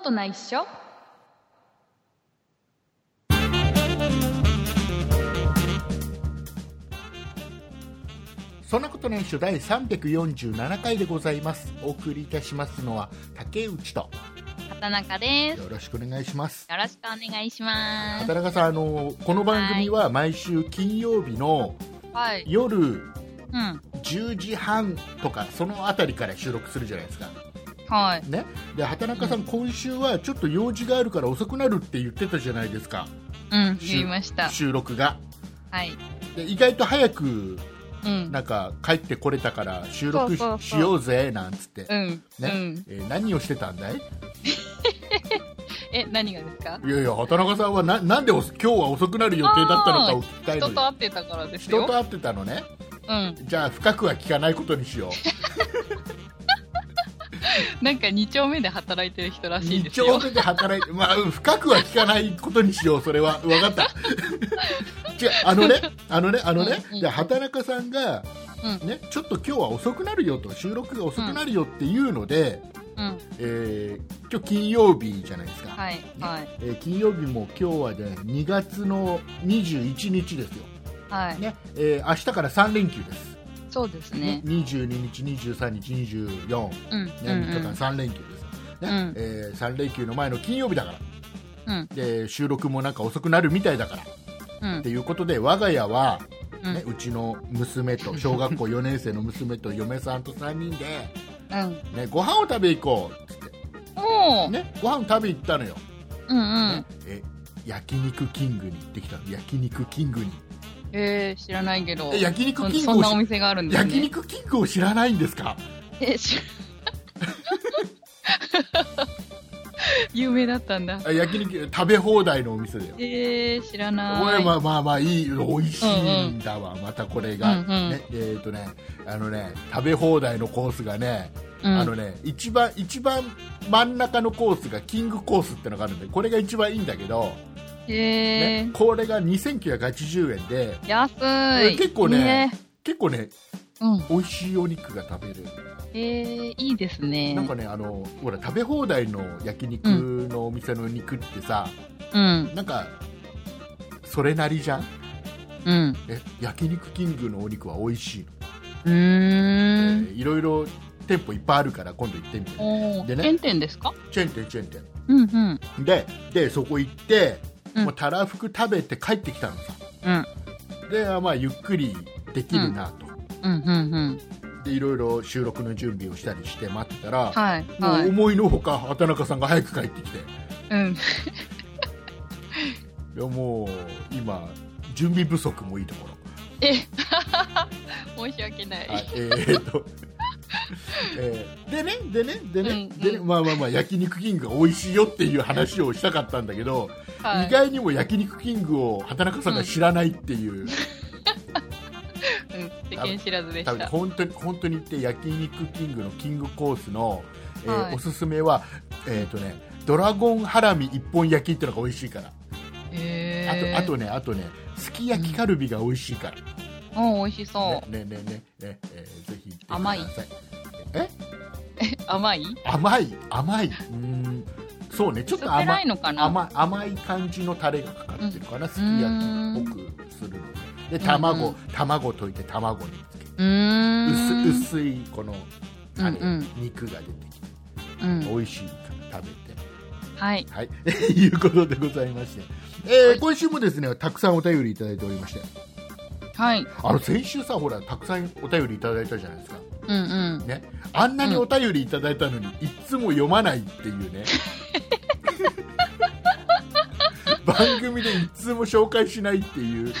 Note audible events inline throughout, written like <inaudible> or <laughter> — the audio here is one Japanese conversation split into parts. とないっしょそんなことないっしょ第347回でございますお送りいたしますのは竹内と畑中ですよろしくお願いしますよろしくお願いします畑中さんあのこの番組は毎週金曜日のはい夜うん10時半とかそのあたりから収録するじゃないですかはいねで畑中さん、今週はちょっと用事があるから遅くなるって言ってたじゃないですかうん言いました収録がはいで意外と早くうんなんか帰ってこれたから収そう録そうそうしようぜなんつって、うん、うねん、えー何をしてたんだいえ何がですかいやいや畑中さんはななんでお今日は遅くなる予定だったのかを聞きたいの人よと会ってたからです人よと会ってたのねうんじゃあ深くは聞かないことにしようなんか2丁目で働いてる人らしい一ですよ丁目で働いて、まあ、うん深くは聞かないことにしようそれは分かった違うあのねあのねあのね、うんうんじゃあ畑中さんが、うね、ちょっと今日は遅くなるよと収録が遅くなるよっていうので、うんえー今日金曜日じゃないですか、はいはいえー金曜日も今日は、ね、2月の21日ですよ、はい、ねえー明日から3連休です、そうですね22日、23日、24、ねうんうん3日間3連休です、ねうんえ3連休の前の金曜日だから、うんで収録もなんか遅くなるみたいだからっうんていうことで我が家は、うんねうちの娘 <laughs> と小学校4年生の娘と嫁さんと3人で、うんね、ご飯を食べ行こうっつって、おーね、ご飯食べ行ったのよ。うんうんえ焼肉キングに行ってきたの焼肉キングにえー、知らないけどえ焼肉そキンそグんをなおし店があるんですね焼肉キングを知らないんですかえ知ら <laughs> 有名だったんだあ焼肉食べ放題のお店だよえー、知らこなれいまあまあまあいい美味しいんだわ、またこれが、うんうんね、えっ、とねあのね食べ放題のコースがね、うんあのね一番一番真ん中のコースがキングコースってのがあるんでこれが一番いいんだけど、えね、これが2980円でー、安いえ結構ねいいね結構ねうん美味しいお肉が食べれるえー、いいですねなんかねあのほら食べ放題の焼肉のお店の肉ってさ、うんなんかそれなりじゃんうんえ焼肉キングのお肉は美味しいの、うーえんーいろいろ店舗いっぱいあるから今度行ってみておーでねチェーン店ですかチェーン店チェーうンんうん店ででそこ行って、うんもうたらふく食べて帰ってきたのさうんであまあゆっくりできるなと、うんうんうんでいろいろ収録の準備をしたりして待ってたら、はいもうはい思いのほか畑中さんが早く帰ってきてうんいやもう今準備不足もいいところえ <laughs> 申し訳ない、はい、えーっと、 <laughs> えーでね、でね、でね、うんでね、うんまあまあまあ、焼肉キングが美味しいよっていう話をしたかったんだけど、はい意外にも焼肉キングを畑中さんが知らないってい <laughs> う、うん、世間知らずでし多分た本当に、本当に言って、焼肉キングのキングコースの、えーはいおすすめは、えーっとね、ドラゴンハラミ一本焼きってのが美味しいから、えあー、とあとね、あとね、すき焼きカルビが美味しいから、うん美味しそう、ねねねねね、えーぜひ行ってく甘ださい。いえ甘い甘い甘いうーんそうねちょっと酸っぱ甘いいのかな甘い甘い感じのタレがかかってるかな、すき焼きっぽくするのででう卵ん卵溶いて卵につけてうーん薄薄いこのタレ、うんうん肉が出てきてうん美味しいから食べてはいはい <laughs> いうことでございまして、えー今週もですねたくさんお便りいただいておりましてはいあの先週さほらたくさんお便りいただいたじゃないですかうんうんねあんなにお便りいただいたのに、いっつも読まないっていうね番組でいつも紹介しないっていう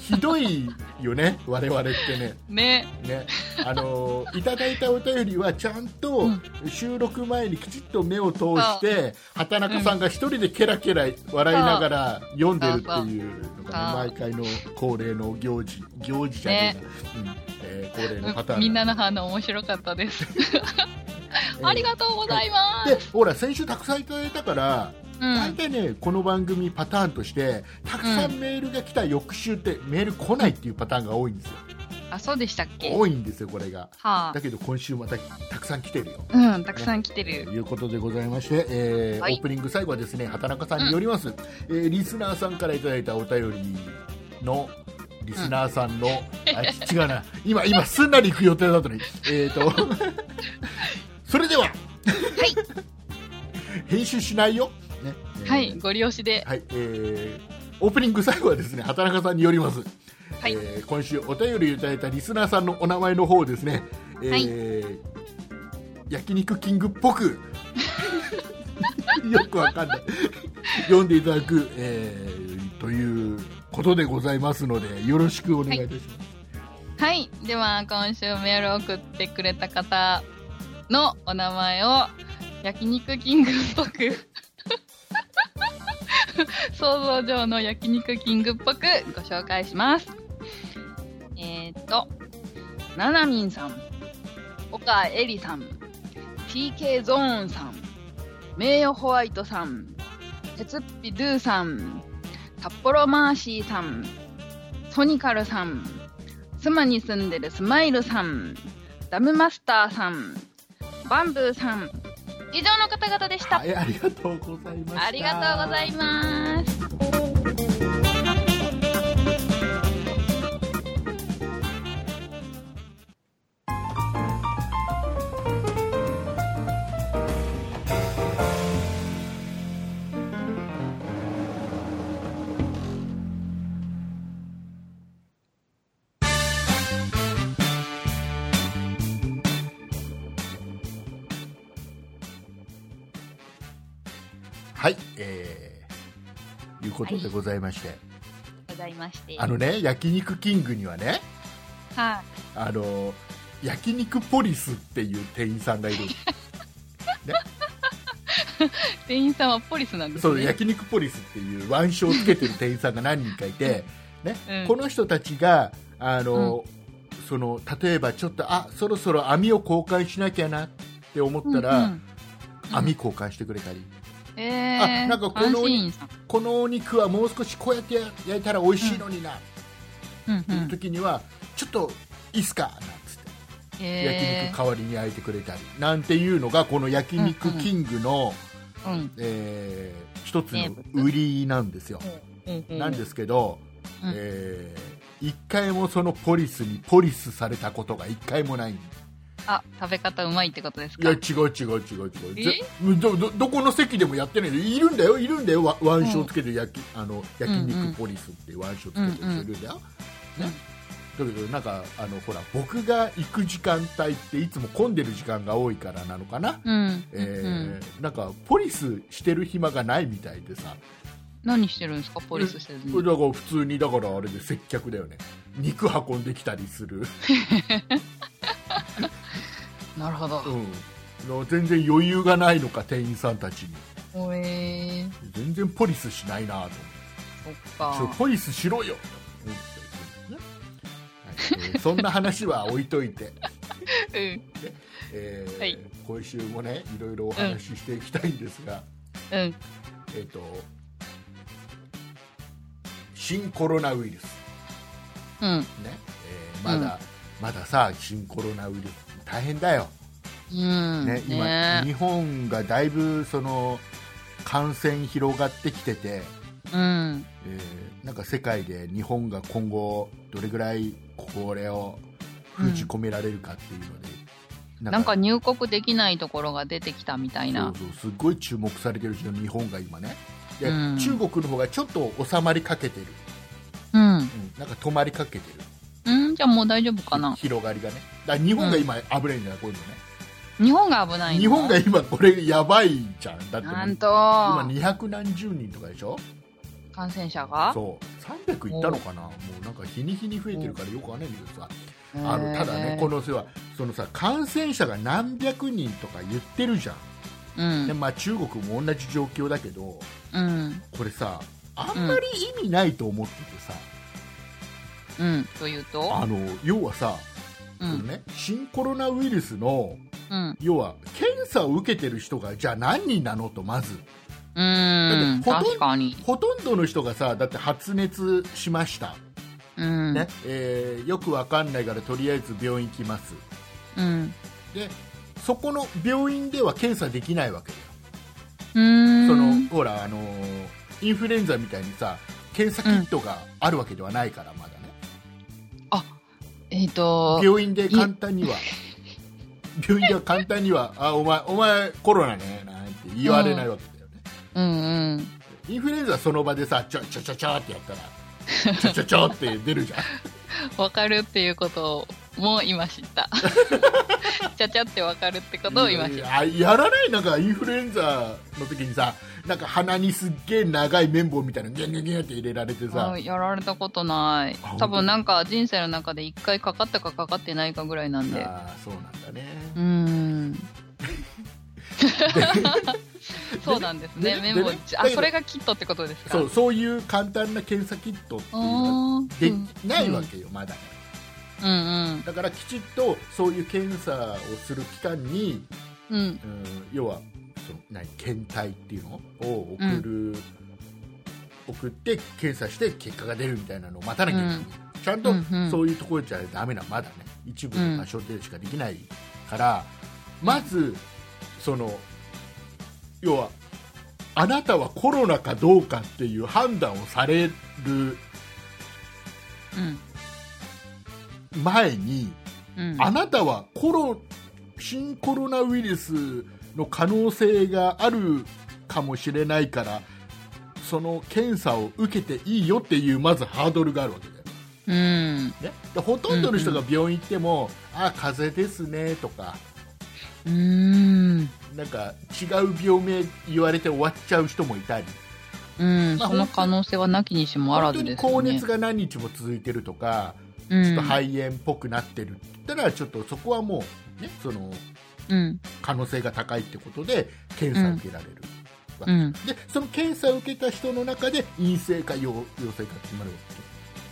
ひどいよね我々ってねねねあのーいただいたお便りはちゃんとうん収録前にきちっと目を通して畑中さんが一人でケラケラ笑いながら読んでるっていうのがねそう毎回の恒例の行事行事じゃねえな、うんえー恒例のパターンみんなの反応面白かったです。えーありがとうございます。でほら先週たくさんいただいたから、うん、大体ねこの番組パターンとしてたくさんメールが来た翌週ってメール来ないっていうパターンが多いんですよ、あ、そうでしたっけ。は多いんですよこれがあだ、けど今週またたくくさん来てるよ。うん、たくさん来てとる。いうことでございまして、えーはいオープニング最後はですね畑中さんによります、えーリスナーさんからいただいたお便りのリスナーさん <laughs> の、あ違うな今今すんなり行く予定だったのにえ <laughs> っ、とそれでは、 <laughs> 編集しないよ、ねえーはい、ご利用しで。はいえーオープニング最後はですね畑中さんによります、はいえー今週お便りいただいたリスナーさんのお名前の方をですね、えーはい焼肉キングっぽく <laughs> よくわかんない読んでいただく、えーということでございますのでよろしくお願いいたします、はい、では今週メールを送ってくれた方のお名前を焼肉キングっぽく想像上の焼肉キングっぽくご紹介します。えー、っと、ななみんさん、岡えりさん、TK ゾーンさん、名誉ホワイトさん、鉄っぴドゥさん、札幌マーシーさん、ソニカルさん、妻に住んでるスマイルさん、ダムマスターさん、バンブーさん、以上の方々でした。はい、ありがとうございましたありがとうございます。はいえーいうことでございまして、ございまして。あのね焼肉キングにはねはあの焼肉ポリスっていう店員さんがい <laughs> るい。店員さんはポリスなんですそね。う焼肉ポリスっていう腕章をつけてる店員さんが何人かいて、ねうんこの人たちがあの、その例えばちょっとあそろそろ網を交換しなきゃなって思ったら、うんうん網交換してくれたり、えー、あなんかこの監視員さん。このお肉はもう少しこうやって焼いたら美味しいのになうんってう。いうん時には、ちょっといいっすかなんつって。焼え肉代わりに焼いてくれたりなんていうのがこの焼肉キングの、ーうんえー一つの売りなんですよ、うんうん。なんですけど、うんえー一回もそのポリスにポリスされたことが一回もないいあ、食べ方うまいってことですかや違う違う違う違うぜどどどこの席でもやってないのいるんだよいるんだよわ腕章つけて焼き、あの焼肉ポリスっていう腕章つけてる人いるんだよ、うんうんねだけどなんかあのほら僕が行く時間帯っていつも混んでる時間が多いからなのかな、うん。えうーん。なんかポリスしてる暇がないみたいでさ何してるんですかポリスしてるこれの。だから普通にだからあれで接客だよね肉運んできたりする、なるほどう。ん、の全然余裕がないのか店員さんたちにおえー、全然ポリスしないなとそっ思っかて。ポリスしろよと思って、はいえーそんな話は置いといて、うん。えーはい今週もねいろいろお話ししていきたいんですが、うん。えっ、と新コロナウイルスうん。ね、えーまだ、まださ新コロナウイルス大変だよ、うん。ね今日本がだいぶその感染広がってきてて、うん。えーなんか世界で日本が今後どれぐらいこれを封じ込められるかっていうので、なんか入国できないところが出てきたみたいな。そうそうすごい注目されてるし日本が今ねで、うん中国の方がちょっと収まりかけてる、うん。うんなんか止まりかけてるうん、じゃあもう大丈夫かな。広がりがねだから日本が今危ないんだよ、こういうのね日本が危ないの日本が今これやばいじゃんだってもうなん今と、 200何十人とかでしょ感染者がそう300いったのかなもうなんか日に日に増えてるからよくわかんないんだけどさあのただねこの、の世はそのさ感染者が何百人とか言ってるじゃん、うでん、まあ、中国も同じ状況だけどうん、これさあんまり意味ないと思っててさ、うん、というと、あの要はさ、うそのん、ね、新コロナウイルスのうん、要は検査を受けてる人がじゃあ何人なのとまずうん、だってほとんど確かに。ほとんどの人がさだって発熱しました、うん、ねえーよくわかんないからとりあえず病院行きますうん、でそこの病院では検査できないわけだようーん。そのほらあのーインフルエンザみたいにさ検査キットがあるわけではないからまだね、えっ、と、病院で簡単には病院では簡単にはあお前お前コロナねなんて言われないわけだよね、うんうん。インフルエンザはその場でさちょちょちょちょってやったらちょちょちょって <laughs> 出るじゃんわかるっていうことも今知 <laughs> った。ちゃちゃってわかるってことを今知った。あやらないなんかインフルエンザの時にさなんか鼻にすっげえ長い綿棒みたいなのギュンギュンギュンって入れられてさ、あやられたことないあ本当多分なんか人生の中で一回かかったかかかってないかぐらいなんでああそうなんだね、うーんそうなんですねでねメモでねだあけどそれがキットってことですかそうそういう簡単な検査キットっていうのはあでーきないわけよ、まだうんうんだからきちっとそういう検査をする期間に、うんうん、要はその何検体っていうのを送る、送って検査して結果が出るみたいなのを待たなきゃいけない、うんちゃんとうんうんそういうところじゃダメなまだね一部の所定しかできないから、まずその要はあなたはコロナかどうかっていう判断をされるうん前に、うんあなたはコロ新コロナウイルスの可能性があるかもしれないからその検査を受けていいよっていうまずハードルがあるわけだよ、うんね、でほとんどの人が病院行っても、あ風邪ですねとかうーんなんか違う病名言われて終わっちゃう人もいたりうんまあその可能性はなきにしもあら本当ずにです高よね熱が何日も続いてるとか、うんちょっと肺炎っぽくなってるって言ったらちょっとそこはもう、ね、そのうん可能性が高いってことで検査を受けられる、うんでその検査を受けた人の中で陰性か陽陽性か決まるわ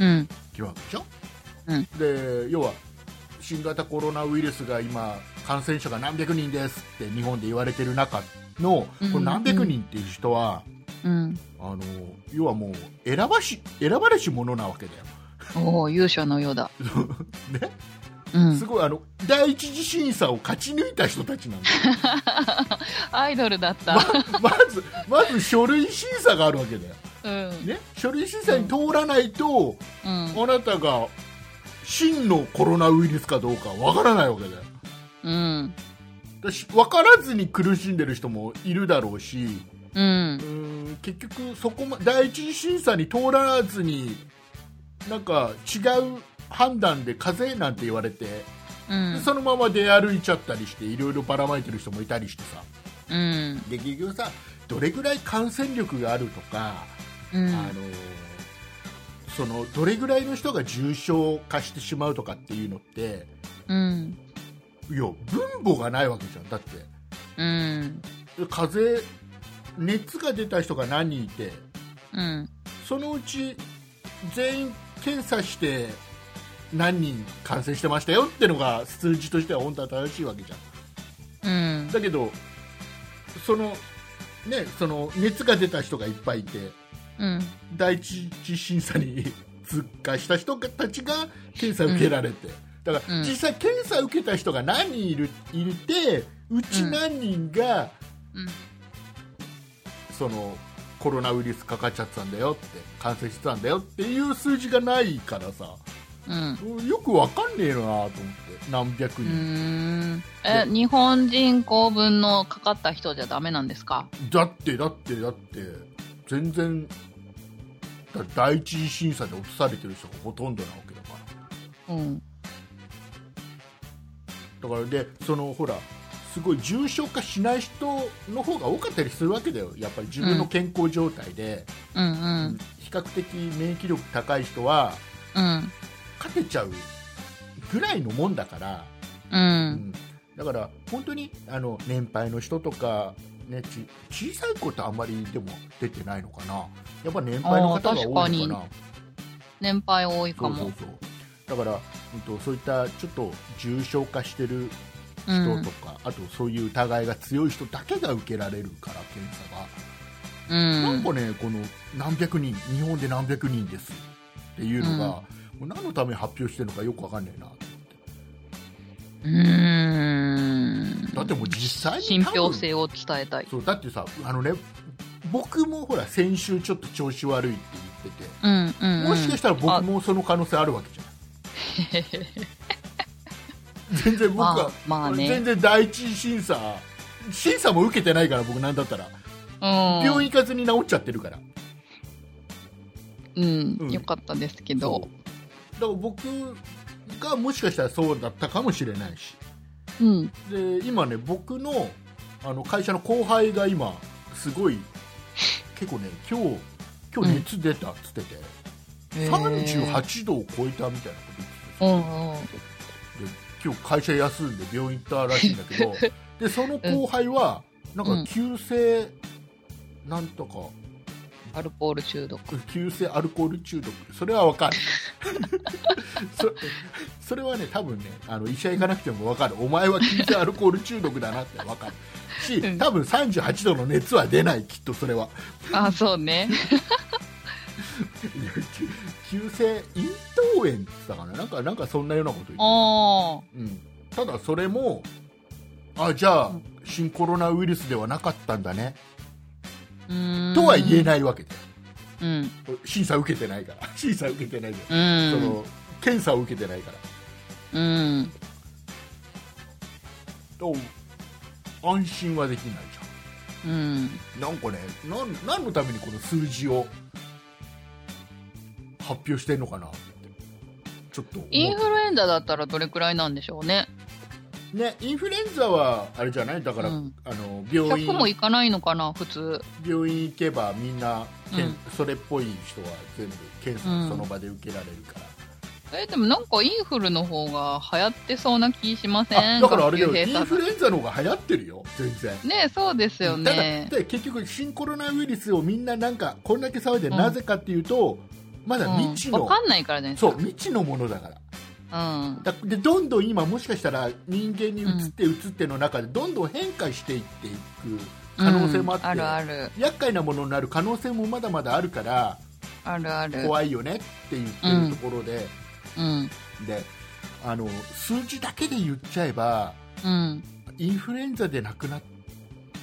うんけ決まるわけでしょ、うんで要は新型コロナウイルスが今感染者が何百人ですって日本で言われてる中のうんこの何百人っていう人は、うんあの要はもう選ばし選ばれし者なわけだよ、おお勇者のようだねうんすごいあの第一次審査を勝ち抜いた人た <laughs> ちなんだよアイドルだった、まずまず書類審査があるわけだよ、うんね、書類審査に通らないと、うんあなたが真のコロナウイルスかどうかわからないわけだようんだし分からずに苦しんでる人もいるだろうしううんーん結局そこ、ま、第一次審査に通らずになんか違う判断で風邪なんて言われて、うんでそのまま出歩いちゃったりしていろいろばらまいてる人もいたりしてさうんで結局さどれぐらい感染力があるとか、うんあのそのどれぐらいの人が重症化してしまうとかっていうのってうんいや分母がないわけじゃんだってうん風邪熱が出た人が何人いてうんそのうち全員検査して何人感染してましたよってのが数字としては本当は正しいわけじゃんうんだけどそのねその熱が出た人がいっぱいいてうん第一次審査に <laughs> 通過した人たちが検査受けられて、だからうん実際検査受けた人が何人いるいるってうち何人が、そのコロナウイルスかかっちゃってたんだよって感染してたんだよっていう数字がないからさうんよくわかんねえなと思って何百う人、んえ日本人口分のかかった人じゃダメなんですかだってだってだって全然だ第一次審査で落とされてる人がほとんどなわけだからうんだからでそのほらすごい重症化しない人の方が多かったりするわけだよやっぱり自分の健康状態で、うんうん比較的免疫力高い人はうん勝てちゃうぐらいのもんだから、うんだから本当にあの年配の人とか、ね、ち小さい子ってあんまりでも出てないのかなやっぱ年配の方が多いのかあー確なか年配多いかそうそもうそうだから、うんと、そういったちょっと重症化してるう人んとか、あとそういう疑いが強い人だけが受けられるから検査が、うなんんかねこの何百人日本で何百人ですっていうのが、もう何のために発表してるのかよくわかんないなと思ってうんだっでも実際信に多分憑性を伝えたい。そうだってさあのね僕もほら先週ちょっと調子悪いって言ってて、うんうん、うん。もしかしたら僕もその可能性あるわけじゃん全然僕は、まあまあね全然第一審査審査も受けてないから僕なんだったら、あ、うん、病院行かずに治っちゃってるからうん、うんよかったですけそうど。だから僕がもしかしたらそうだったかもしれないしうん。で今ね僕のあの会社の後輩が今すごい結構ね今日今日熱出たっつってて、38度を超えたみたいなこと言っててうんうん。で今日会社休んで病院行ったらしいんだ <laughs> けどでその後輩はなんうんか急性、なんとかアルコール中毒。急性アルコール中毒それはわかる <laughs> そそれはね多分ねあの医者行かなくてもわかるお前は急性アルコール中毒だなってわかるしうん多分38度の熱は出ないきっとそれは <laughs> あ、そうね。いや急急性咽頭炎って言ってたかななんかなんかそんなようなこと言ってたあうん、ただそれもあじゃあ、うん新コロナウイルスではなかったんだね、あ。とは言えい。ないわけだようん。審査受けてないから審査受けてないかうら、そん。の検査を受けてないからうん。と安心はできないじうん。ゃんなんかねなん何のためにこの数字を発表してんのかなってちょっと思うインフルエンザだったらどれくらいなんでしょうね。ね、インフルエンザはあれじゃないだから、うんあの病院100もいかないのかな、普通。病院行けばみんな、けんうんそれっぽい人は全部検う査んその場で受けられるから、え、でもなんかインフルの方が流行ってそうな気しませあんだからあれだよ学級イ閉ン鎖フルエンザの方が流行ってるよ全然ねそうですよただね。で結局新コロナウイルスをみんななんかこんだけ騒いで、うんなぜかっていうとまだ未知うん、のわ、かんないからじゃないですそか。う未知のものだからうん。だでどんどん今もしかしたら人間に移って移っての中でどんどん変化していっていく可能性もあっうて、んあるある。厄介なものになる可能性もまだまだあるからあるある。怖いよねって言ってるところで、うん。であの数字だけで言っちゃえばうん。インフルエンザで亡くなっ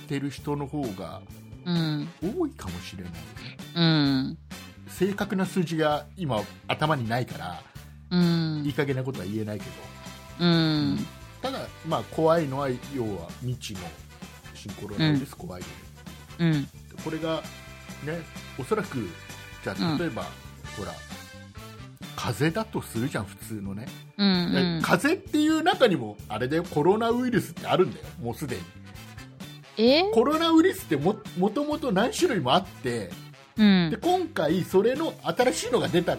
てる人の方がうん。多いかもしれないうん。正確な数字が今頭にないからうんいい加減なことは言えないけどうん。ただ、まあ、怖いのは要は未知の新コロナウイルス怖いよね、うん。これがねおそらくじゃうあん例えば、ほら風邪だとするじゃん普通のね、うん。うんえ風邪っていう中にもあれだよコロナウイルスってあるんだよもうすでにえコロナウイルスってももともと何種類もあってうんで。今回それの新しいのが出たわ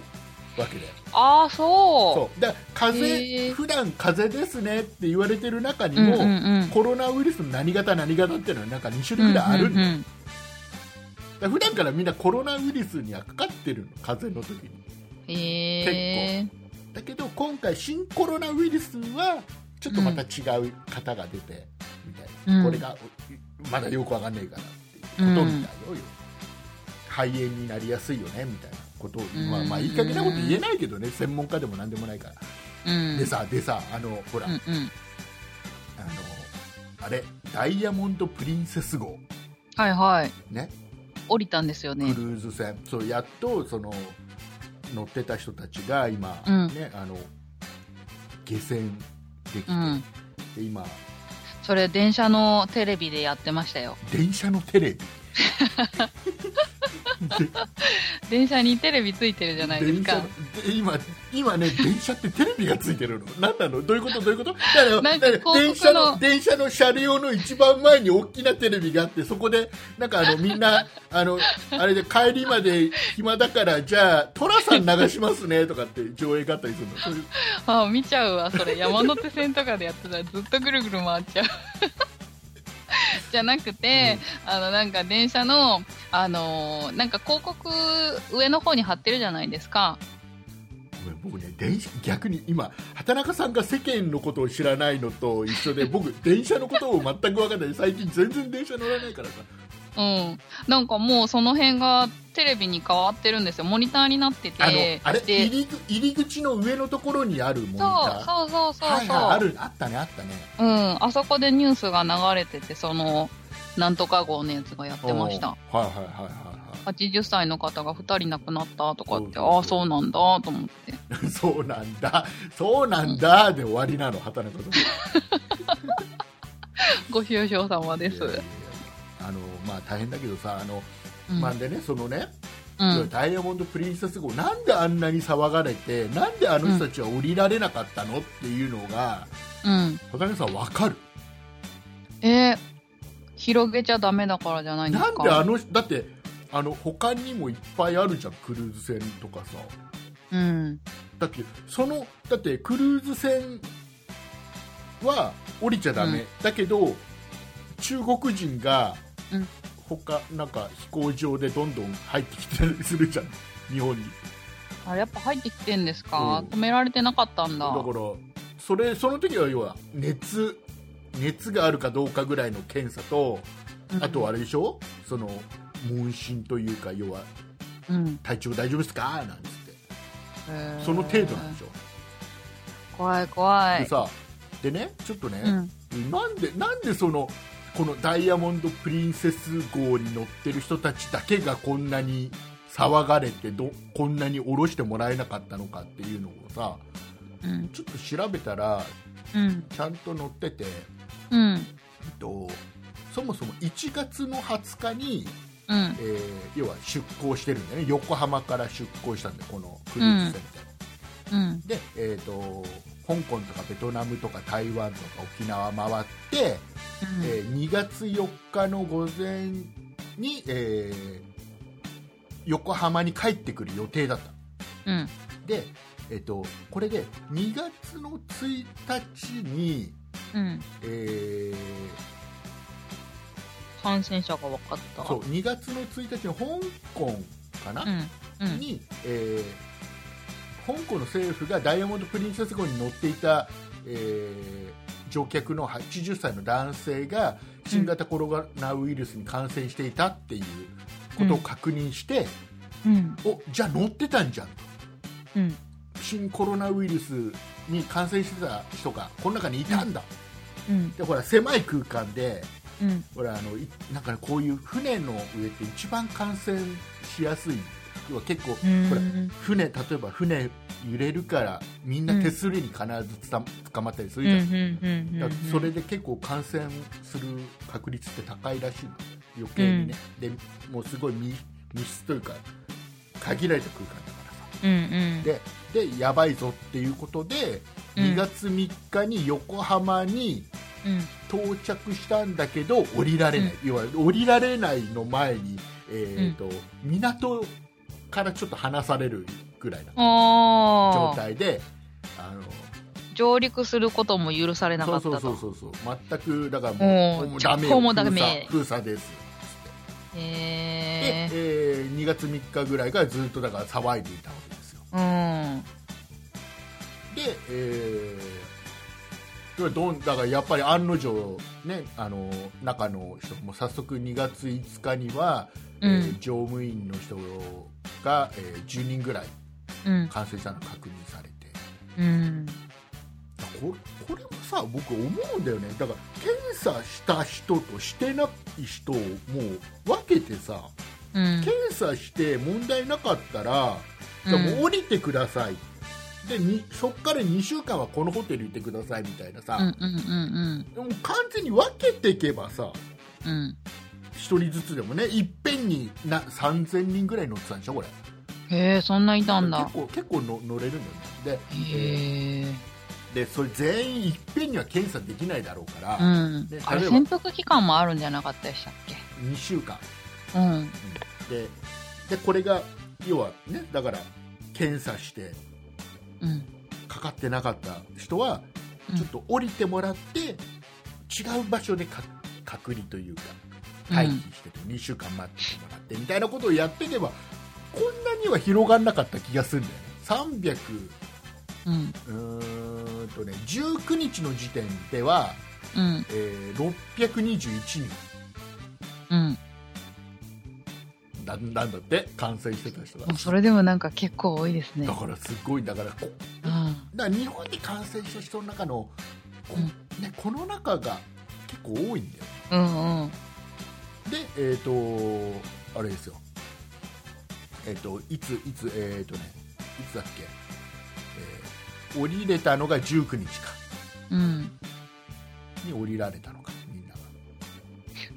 けでああ、そそうだから風邪、へー普段風邪ですねって言われてる中う。にうんも、うんうん。コロナウイルスの何型何型っていうのはなんか2種類ぐらいあるんだよ、うんだから普段からみんなコロナウイルスにはかかってるの風邪の時にうん。へえ。だけど今回新コロナウイルスはちょっとまた違う方が出てみたいな、うんこれがまだよくわかんないからっていうことみたいよ、肺炎になりやすいよねみたいなことを、まあ、まあうんいい加減なこと言えないけどね、専門家でも何でもないから、うん。でさでさあのほら、うんあうん。のあれダイヤモンド・プリンセス号はいはい。ね降りたんですよクねル。ーズ船、そうやっとその乗ってた人たちが今、うんねあの下船できて、うん。で今それ、電車のテレビでやってましたよ。 <laughs> 電車のテレビ電車にテレビついてるじゃないです電車かの。で今今ね電車ってテレビがついてるの何なのどういうことどういうことだからなんかだから電広車告のの電車の車両の一番前に大きなテレビがあってそこでなんかあ <laughs> のみんなあのあれで帰りまで暇だからじゃあ寅さん流しますねとかって上映があったりするのそういうああ、見ちゃうわ、それ。山手線とかでやってたらずっとぐるぐる回っちゃう。 <laughs> じゃなくて、あの、なんか電車の、あのーなんか広告上の方に貼ってるじゃないですか。ごめん僕ね電車逆に今畑中さんが世間のことを知 <laughs> らないのと一緒で僕電車のことを全く分かんない最近全然電車乗らないからさうん。なんかもうその辺がテレビに変わってるんですよ。モニターになってて。あのあれで入り口入り口の上のところにあるモニタそうーそうそうそうそう。はいはいあるあったねあったねうん。あそこでニュースが流れてて、その、なんとか号のやつがやってました。おーはいはいはいはいは80歳の方が2人亡くなったとかって、そうそうそうああ、そうなんだと思って。いそうなんだそうなんだで終わりなの畑 <laughs> 中さんご愁傷様です。いやいやいやあのまあ大変だけどさあの、うんまあでねそのね、うん。ダイヤモンドプリンセス号なんであんなに騒がれてなんであの人たちは降りられなかったのっていうのがうん。畑中さんわかるえー広げちゃダメだからじゃないんですなかんであのだってあの他にもいっぱいあるじゃんクルーズ船とかさうん。だってそのだってクルーズ船は降りちゃダメ、うんだけど中国人がうん他なんか飛行場でどんどん入ってきたりするじゃん日本にあれやっぱ入ってきてんですか、うん止められてなかったんだだ。からそれその時は要は熱熱があるかどうかぐらいの検査とうんあとはあれでしょその問診というか要はうん。体調大丈夫ですかなんつってへーその程度なんでしょ、怖い怖でい。さでねちょっとね、うん。なんでなんでそのこのダイヤモンド・プリンセス号に乗ってる人たちだけがこんなに騒がれてどこんなに降ろしてもらえなかったのかっていうのをさうん。ちょっと調べたらうん。ちゃんと載ってて、うえん。っと、そもそも1月の20日に、うんえ。ー要は出港してるんだよね横浜から出港したんだよこのクルーズ船って。うん。で、えー、と香港とかベトナムとか台湾とか沖縄回って、えー2月4日の午前に、えー横浜に帰ってくる予定だったうん。で、えっとこれで2月の1日に、うん。え感染者が分かった。ーそう2月の1日の香港かな、うん。うん。に、えー香港の政府がダイヤモンド・プリンセス号に乗っていた、えー乗客の80歳の男性が新型コロナウイルスに感染していたっていうことを確認して、うん。おじゃあ乗ってたんじゃんとうん。新コロナウイルスに感染してた人がこの中にいたんだ、うん。でほら狭い空間でうん。ほらあのいなんかねこういう船の上って一番感染しやすい要は結構、うんほら船例えば船揺れるからみんな手すりに必ずつた捕まったりすうるん。じゃ、うんん。だからそれで結構感染する確率って高いらしいの余計にね、でもうすごい密密室というか限られた空間だからさうん。うん。ででやばいぞっていうことでうん2月3日に横浜にうん。到着したんだけど降りられない、要は降りられないの前に、えーと港からちょっと離されるぐらいなあ状あ。態で、あの上陸することも許されなかそうったそうと。そうそうそう全くだからおもーうもうダメこようもダ封メ鎖封鎖ですでへ、え。えー2月3日ぐらいからずっとだから騒いでいたわけですようん。で、えーでどんだからやっぱり案の定、ね、あの中の人も早速2月5日には、うんえー乗務員の人が、えー10人ぐらいうん。感染したのが確認されてうん。ここれもさ僕思うんだよねだから検査した人としてない人をもう分けてさうん。検査して問題なかったら、うんじゃあもう降りてくださいでにそっから2週間はこのホテルいてくださいみたいなさ、うん。うん。うん。でも完全に分けていけばさうん。 1人ずつでもねいっぺんにな3000人ぐらい乗ってたんでしょこれへえ、そんないたんだ結。構結構の乗れるんだよねへえ。ででそれ全員いっぺんには検査できないだろうかうら、んで。あれ、例えば潜伏期間もあるんじゃなかったでしたっ2週間、けうん。うんででこれが要はねだから検査してうん。かかってなかった人はうんちょっと降りてもらって、違う場所でか隔離というかうん待機してて2週間待ってもらってみたいなことをやっていけばこんなには広がらなかった気がするんだよねうん。 300うーんとね19日の時点では、うん。えー621人うん。なんなんだって感染してた人だもうそれでもなんか結構多いですねだ。からすごいだからこうんだから日本で感染した人の中のこ,、ね、この中が結構多いんだようんうん。でえっ、とあれですよえっ、といついつえっ、とねいつだっけ、えー降りれたのが19日かうん。に降りられたのかみんなが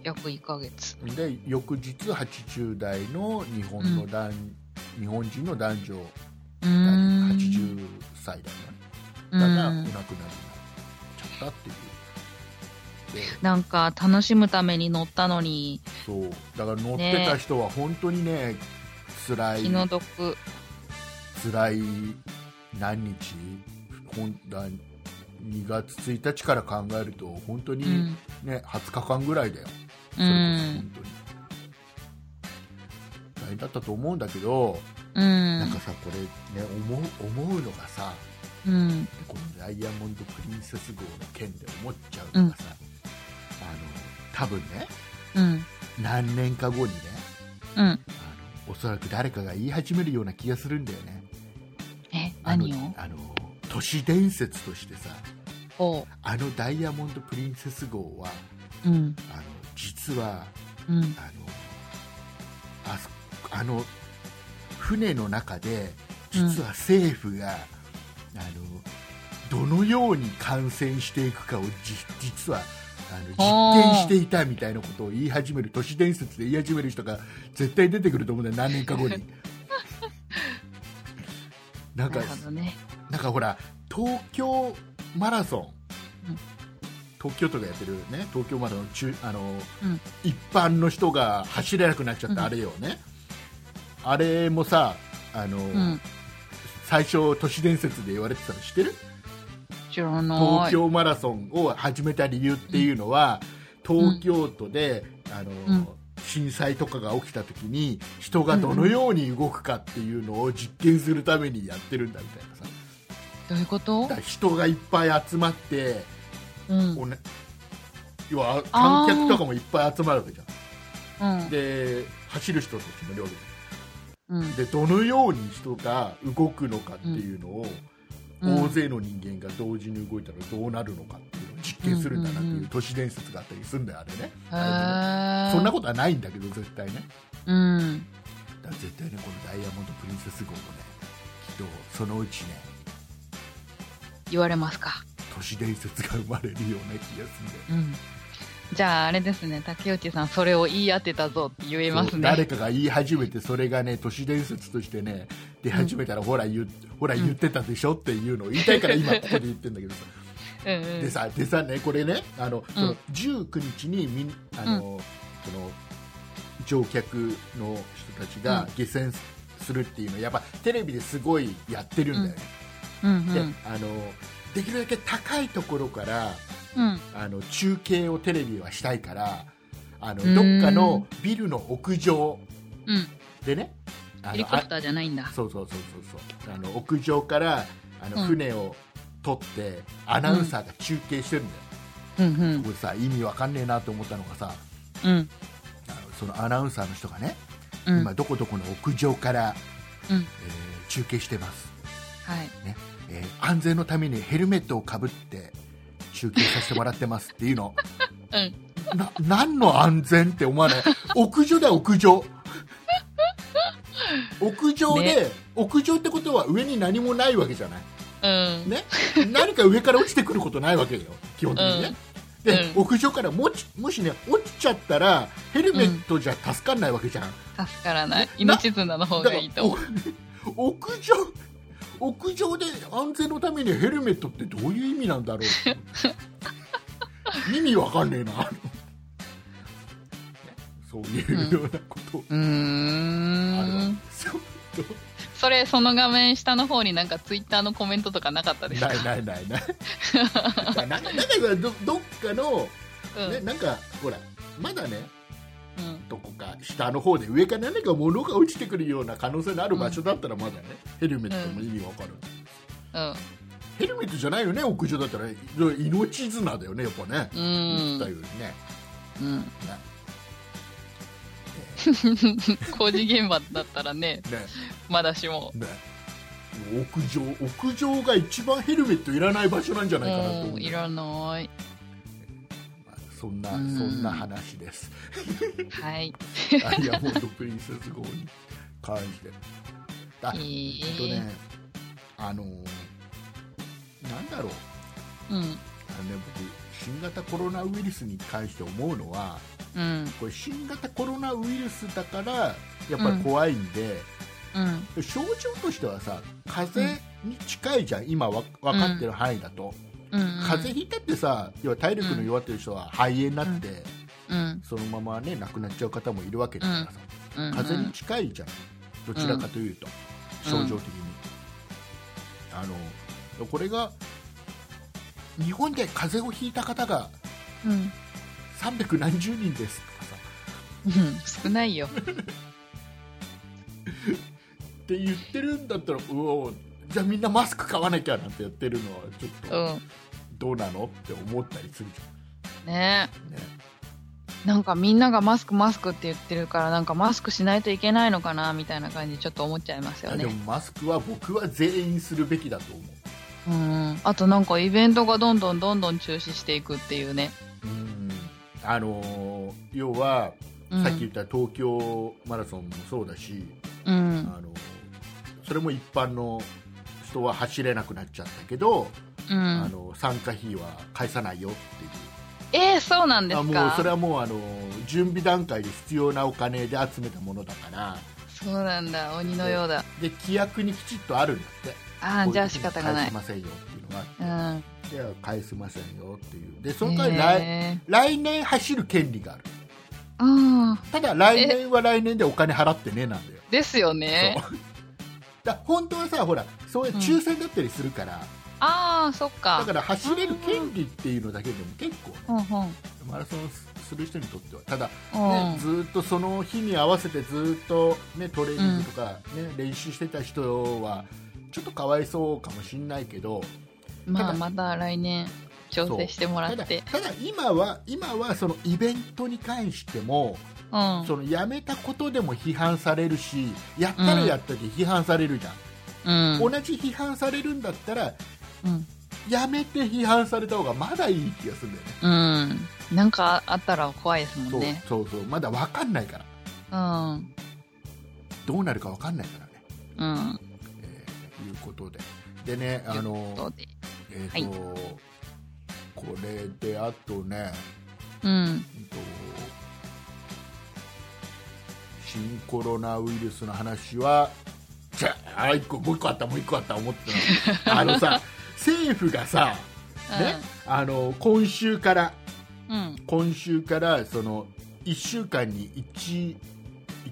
約1ヶ月。で翌日80代の日本の男、日本人の男女うーがん。 80歳代うの方がお亡くなりんになっちゃったっていう。でなんか楽しむために乗ったのにそうだから乗ってた人は本当にね辛い気の毒。辛い何日ほんだ2月1日から考えると本当うにん。ね、20日間ぐらいだようそれこそん。本当に大変だったと思うんだけど、うなんんか。さこれね思う思うのがさうん。このダイヤモンド・プリンセス号の件で思っちゃうのがさ、あの多分ねうん。何年か後にねうん。あのおそらく誰かが言い始めるような気がするんだよねえ、あの何をあの都市伝説としてさほあのダイヤモンド・プリンセス号はう。うん。あの実はうん。あのあそあの船の中で実は政府が、あのどのように感染していくかをじ実はああのー実験していたみたいなことを言い始める都市伝説で言い始める人が絶対出てくると思うんだよ何年か <laughs> 後にななんかるほどね。なんかほら東京マラソン、うん東京都がやってるね東京マラソン中あの、うん一般の人が走れなくなっちゃっうんたあれよね、あれもさあの、うん。最初都市伝説で言われてたの知ってる知らな東い。京マラソンを始めた理由っていうのは、東京都であの、うん震災とかが起きた時に人がどのように動くかっていうのを実験するためにやってるんだみたいなさ、どういうことだから人がいっぱい集まって、うん。うん。こうね、要はあ観ー客とかもいっぱい集まるわけじゃんで走る人たちもいるわけうん。じゃんでどのように人が動くのかっていうのを、うん大勢の人間が同時に動いたらどうなるのかっていうのを実験するんだなってうんうんいううん都市伝説があったりするんだよあれねへーあれねそんなことはないんだけど絶対ねうん。だから絶対ねこのダイヤモンド・プリンセス号もねきっとそのうちね言われますか。都市伝説が生まれるような気がするんだよねうん。じゃあ、あれですね。竹内さん、それを言い当てたぞって言えますね。誰かが言い始めてそれがね都市伝説としてね出始めたら、ほら言うほら言ってたでしょっていうのを言いたいから今ここで言ってんだけどさうんうんでさでさねこれねあの、その19日にみんあの、その乗客の人たちうがん下船するっていうのやっぱテレビですごいやってるんだよね、うんうでん。あのできるだけ高いところからうん。あの中継をテレビはしたいからあのうんどっかのビルの屋上うん。でねあヘリのコあプターじゃないんだ。そうそうそうそうそうあの屋上からあうのん船を取って、アナウンサーが中継してるんだよ、うんうんこれさ意味わかんねえなと思ったのがさうん。あのそのアナウンサーの人がね、うん。今どこどこの屋上から、うんえー中継してます、はい。ねえー安全のためにヘルメットをかぶって中継させてもらってますっていうのうん。な何の安全って思わない屋上だよ屋上屋上で、屋上ってことは上に何もないわけじゃないうん。ね、何か上から落ちてくることないわけよ、基本的にね。うんで、うん屋上からもちもしね、落ちちゃったら、ヘルメットじゃ助かんないわけじゃん。助からない。命綱の方だがからいいと思う。お <laughs> 屋上、屋上で安全のためにヘルメットってどういう意味なんだろ <laughs> う意味わかんねえな。そういうようなことうーあるわけん。ですよ。それ、その画面下の方になんかツイッターのコメントとかなかったですかないないない <laughs> ない。だからなんかなんかさどどっかの、うんね、なんかほら、まだね、うん。どこか下の方で上から何か物が落ちてくるような可能性のある場所だったらまだね、ヘルメットも意味わかる、うん。ヘルメットじゃないよね屋上だったら命綱だよねやっぱね、う言んったようにねうん。工事現場だったらね、ねまだしも。ね屋上屋上が一番ヘルメットいらない場所なんじゃう、ないかなと思うんいらない。そんなそうんんな話です <laughs> はい。ダイヤモンド・プリンセス号に関してあええっとーねあのーなんだろううん。あのね僕新型コロナウイルスに関して思うのはうん。これ新型コロナウイルスだからやっぱり怖いんで、うん。症状としてはさ風邪に近いじゃん今わ分かってる範囲だと、うん。風邪ひいたってさ要は体力の弱ってる人は肺炎になって、うん。そのままね亡くなっちゃう方もいるわけだからさ、うん。風邪に近いじゃんどちらかというと、うん症状的に、あのこれが日本で風邪をひいた方がうん。 300何十人ですとかさうん。少ないよ。って言ってるんだったらうおじゃあみんなマスク買わなきゃなんてやってるのはちょうっとん。どうなのって思ったりするじねゃんねなんかみんながマスクマスクって言ってるから、なんかマスクしないといけないのかな、みたいな感じちょっと思っちゃいますよあでもね。マスクは僕は全員するべきだと思うん。あとなんかイベントがどんどんどんどん中止していくっていうね。ううんあのー要はうんさっき言った東京マラソンもそうだし、うん。あのそれも一般の人は走れなくなっちゃったけど、うあん。の参加費は返さないよっていうえー、そうなんであすもうかそれはもうあの準備段階で必要なお金で集めたものだからそうなんだ、鬼のようだ。で規約にきちっとあるんだってあこういあ、うじゃあ仕方がな返いせ。ませんよっていうのうがあん。って、で返せませんよっていうでそその代わり来,、来年走る権利があるああ、ただ来年は来年でお金払ってねなんだよですよね。そう <laughs> だから本当はさほらそういう抽選だったりするから、ああ、そっか。だから走れる権利っていうのだけでも結構ねうんうん。マラソンする人にとってはただ、ねうんずーっとその日に合わせてずーっと、ね、トレーニングとか、ね練習してた人はちょっとかわいそうかもしれないけどまたあ、だまた来年、調整してもらたっだて。ただ今は今はそのイベントに関しても、うん。そのやめたことでも批判されるしやったらやったで批判されるじゃん、うん。同じ批判されるんだったらうん。やめて批判された方がまだいい気がするんだよねうん。なんかあったら怖いですそもうんね。そうそうまだわかんないからうん。どうなるかわかんないからねうん。えーいうことで。でね、あその、うで。えっ、と、これで、あとね、うん。うんと新コロナウイルスの話は、じゃあ、あ一個、もう一個あった、もう一個あった、思って <laughs> たの。あのさ、政府がさ、ね、あの、今週から、うん。今週から、その、1週間に1、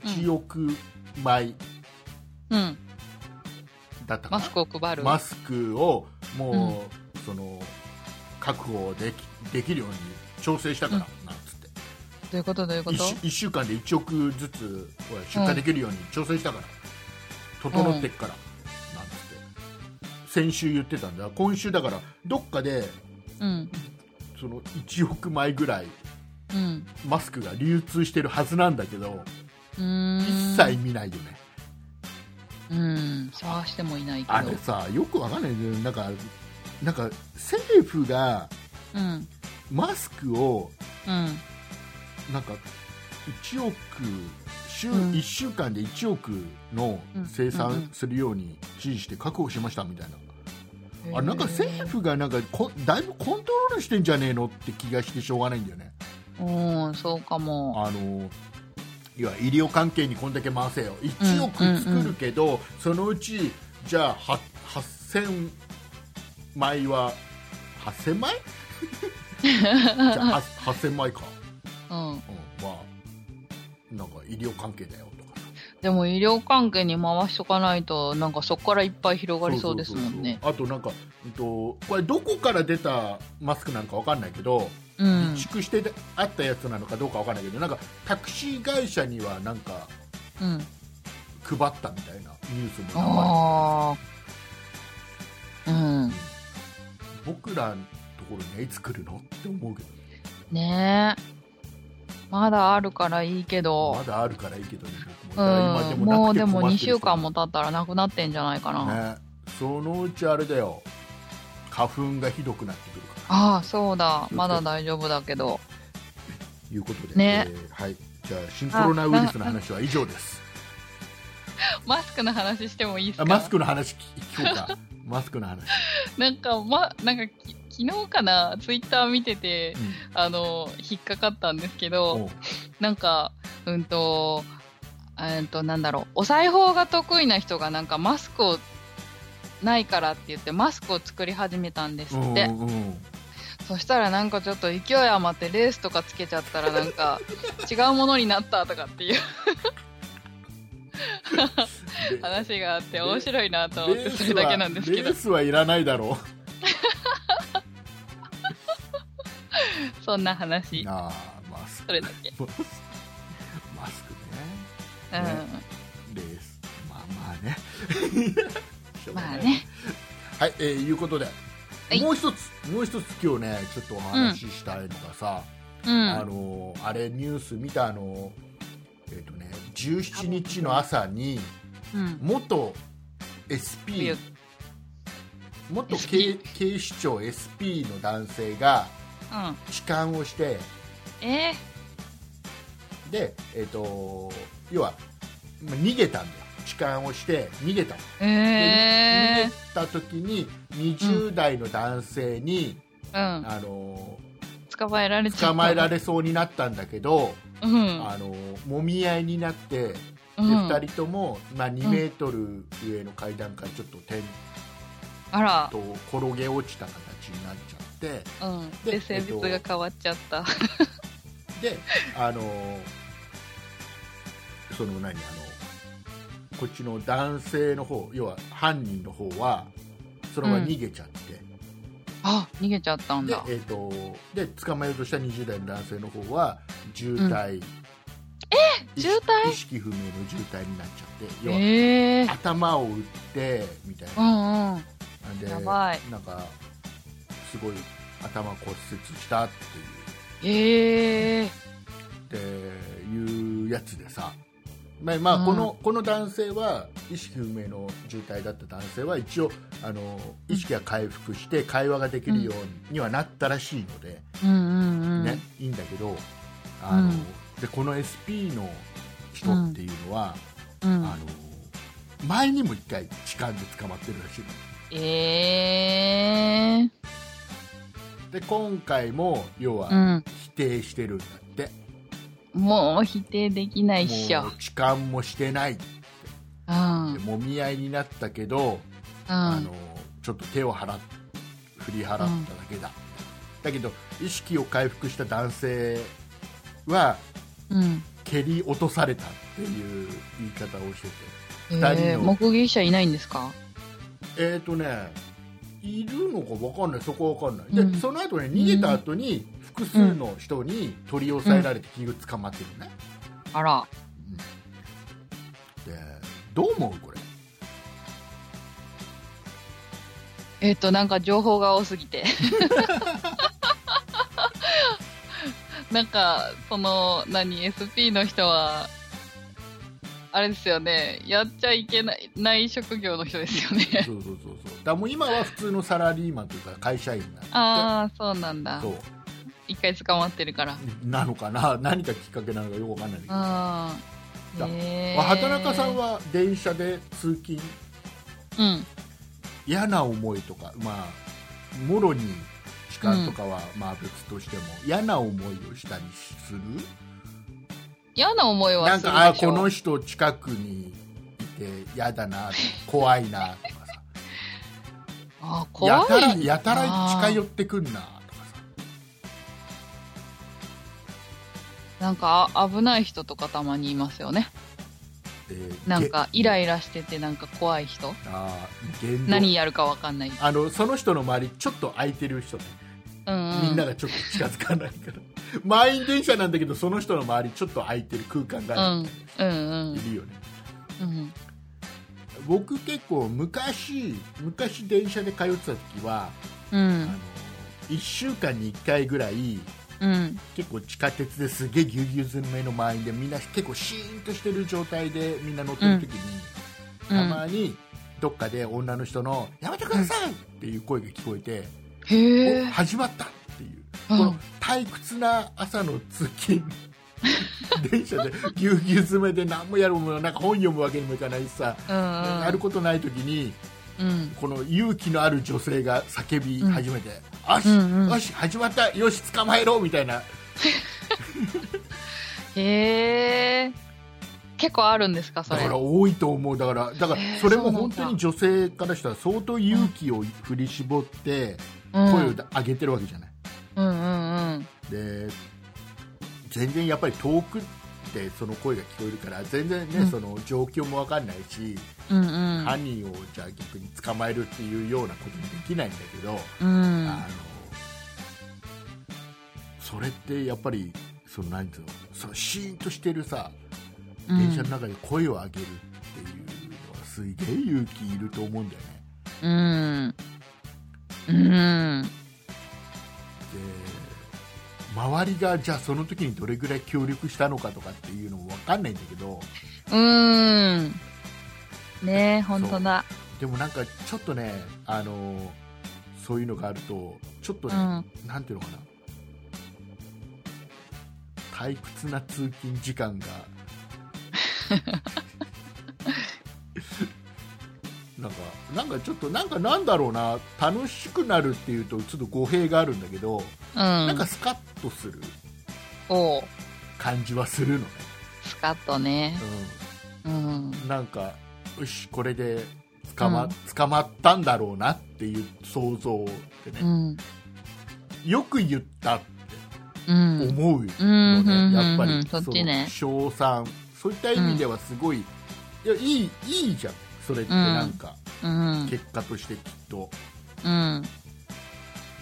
1億枚うん。うん。だったかな、マスクを配る。マスクをもう、その確保できできるように調整したから、なんつってどういうことどういうこ 1, と週一週間で1億ずつほら出荷できるように調整したから、整ってっから、なんつって先週言ってたんだ今週だからどっかでうん。その1億枚ぐらいうん。マスクが流通してるはずなんだけど、うーん。一切。見ないよねうん。探してもいないけあどの。さよくわかんないんだけどなんかなんか政府がうん。マスクをうん。なんか1億週、うん1週間で1億の生うんう産んするように指示して確保しましたみたいな、あなんか政府がなんかこだいぶコントロールしてんじゃねえのって気がしてしょうがないんだよね、うん、そうかも。あのいや医療関係にこんだけ回せよ1億うん作るけど、そのうちじゃあは8000枚は8000枚 <laughs> じゃあは8000枚か。うん。うん、まあなんか医療関係だよとかでも医療関係に回しとかないと、なんかそこからいっぱい広がりそうですもんね。そうそうそうあとなんか、うんと、これどこから出たマスクなんかわかんないけど、うん。備蓄してあったやつなのかどうかわかんないけどなんかタクシー会社にはなんかうん。配ったみたいなニュースも流ああ。うん。れて僕らのところにはいつ来るのって思うけどねえ。まだあるからいいけどま、だあるからいいけどねう僕もん、もうでもなくて困ってる人2週間も経ったらなくなってんじゃないかな。ねそのうちあれだよ花粉がひどくなってくるからああ、そうだ。まだ大丈夫だけど。ということで、ねえーはいじゃあ新コロナウイルスの話は以上ですマスクの話してもいいです <laughs> あかマスクの話聞聞こう <laughs> かマスクの話、なんか、ま、なんかき、昨日かな、ツイッター見てて、うあの、引っかかったんですけん、おど、うなんか、うんと、うんと、なんだろう、お裁縫が得意な人が、なんかマスクを、ないからって言って、マスクを作り始めたんですうんって。うんうんそしたらなんかちょっと勢い余ってレースとかつけちゃったらなん <laughs> か違うものになったとかっていうで話があって面白いなと思っレてーそれスだはけなんですけどレースはいらないだろそんなう話なあマスそクれだけマスク <laughs> マスクねうん、ねレースまあま <laughs> あねしょうがまなあいねはい、えー、いうことで、いもう一つ、もう一つ今日ね、ちょっとお話ししたいのがさ、うあんのーあれニュース見たあのー、えっ、とね、17日の朝にうん元 SP 冬、元 SP 警警視庁 SP の男性がうん痴漢をして、えで、えっ、と要はまあ逃げたんだよ。痴漢をして逃げた。でー、逃えげた時に20代の男性に、ー、うんあのー捕まえられちゃった捕まえられそうになったんだけど、うんうんあの揉み合いになって、で2人とも、まあ、2メートル上の階段からちょっと転あら倒転げ落ちた形になっちゃってうんでで性別えがっと変わっちゃった、であのその何あのこっちの男性の方要は犯人の方はそのまま逃げちゃって、 <laughs> あ逃げちゃったんでだ,、えっとで捕まえようとした20代の男性の方は渋滞、意識渋滞意識不明の渋滞になっちゃって要はええー、頭を打ってみたいうな、んうんでやばいなんかすごい頭骨折したってええー、いうっていうやつでさまあ、まあうんこのこの男性は意識不明の重体だった男性は一応あの意識が回復して会話ができるようにはなったらしいので、うんうんうん、ねいいんだけどあの、うんでこの SP の人っていうのは、うんあの前にも一回痴漢で捕まってるらしいのええで今回も要はうん。否定してるんだって、もう否定できないっしょも。う痴漢もしてないってうん。うん。もみ合いになったけど、あのちょっと手を払っ振り払っただけだ、だけど意識を回復した男性はうん。蹴り落とされたっていう言い方をしてて二人えー、の目撃者いないんですかえっ、ー、とねいるのか分かんないそこは分かんないで、うんその後ね逃げた後に複数の人に取り押さえられて結局捕まってるね、あら。でどう思うこれえっ、と、なんか情報が多すぎ <laughs> て。なんか、その、何、SP の人は、あれですよね。やっちゃいけない、ない職業の人ですよ <laughs> ね。そうそうそうそうだからもう今は普通のサラリーマンというか会社員なんでああ、そうなんだそ。一回捕まってるから。うなのかな <laughs> 何かきっかけなのかよくわかんないんだけど、うん。だえまあ畑中さんは電車で通勤うん。嫌な思いとかまあもろに痴漢とかはまあ別としても、嫌な思いをしたりする嫌な思いはなんするかあでしこょの人近くにいて嫌 <laughs> だなとか怖いなとかさあや怖たらいやたら近寄あってくんなとかさーなんかあ危ない人とかたまにいますよねえーなんかイラげイラしててなんか怖い人あー言動何やるかわかんない、あのその人の周りちょっと空いてる人ね、うんうん、みんながちょっと近づかないから <laughs> 満員電車なんだけどその人の周りちょっと空いてる空間があるみたいうんな、いるよねうんうん僕結構昔昔電車で通ってた時は、うあのん1週間に1回ぐらいうん。結構地下鉄ですげえぎゅうぎゅう詰めの満員でみんな結構シーンとしてる状態でみんな乗ってる時に、うたまん、にどっかで女の人の「やめてください!」っていう声が聞こえて「へおえ。始まった!」っていううこのん退屈な朝の通勤 <laughs> 電車でぎゅうぎゅう詰めで何もやるものなんか本読むわけにもいかないしさ、うん。やることない時にうん。この勇気のある女性が叫び始めて「よし、うんうんよし始まったよし捕まえろ」みたいなへえ。結構あるんですか、そだれ。から多いと思うだからだからえーそれもそうなん本だ当に女性からしたら相当勇気を振り絞ってうん声を上げてるわけじゃない、うんうんうん。で全然やっぱり遠くでその声が聞こえるから全然ね、うんその状況も分かんないし、うんうん。犯人をじゃあ逆に捕まえるっていうようなこともできないんだけど、うん。あのそれってやっぱりその何ていうのそのシーンとしてるさうん電車の中で声を上げるっていうのはすげえ勇気いると思うんだよねうん。うん。で周りがじゃあその時にどれぐらい協力したのかとかっていうのも分かんないんだけどうん。ねえ、ほんとだ。でもなんかちょっとねあのそういうのがあるとちょっとうね、ん。なんていうのかな退屈な通勤時 <laughs> 間がなんかなんかちょっとなんかなんだろうな楽しくなるっていうとちょっと語弊があるんだけど、うなんんか。スカッとするおう感じはするのね、スカッとね。うん。うん、なんかよしこれで捕ま,、捕まったんだろうなっていう想像ってうね、ん。よく言ったってうん。思う、うんのうんうんね、やっぱうんりそっちねその賞賛そういった意味ではすごい,、いやいいいいじゃんそれってなんか、うん。結果としてきっと、うん。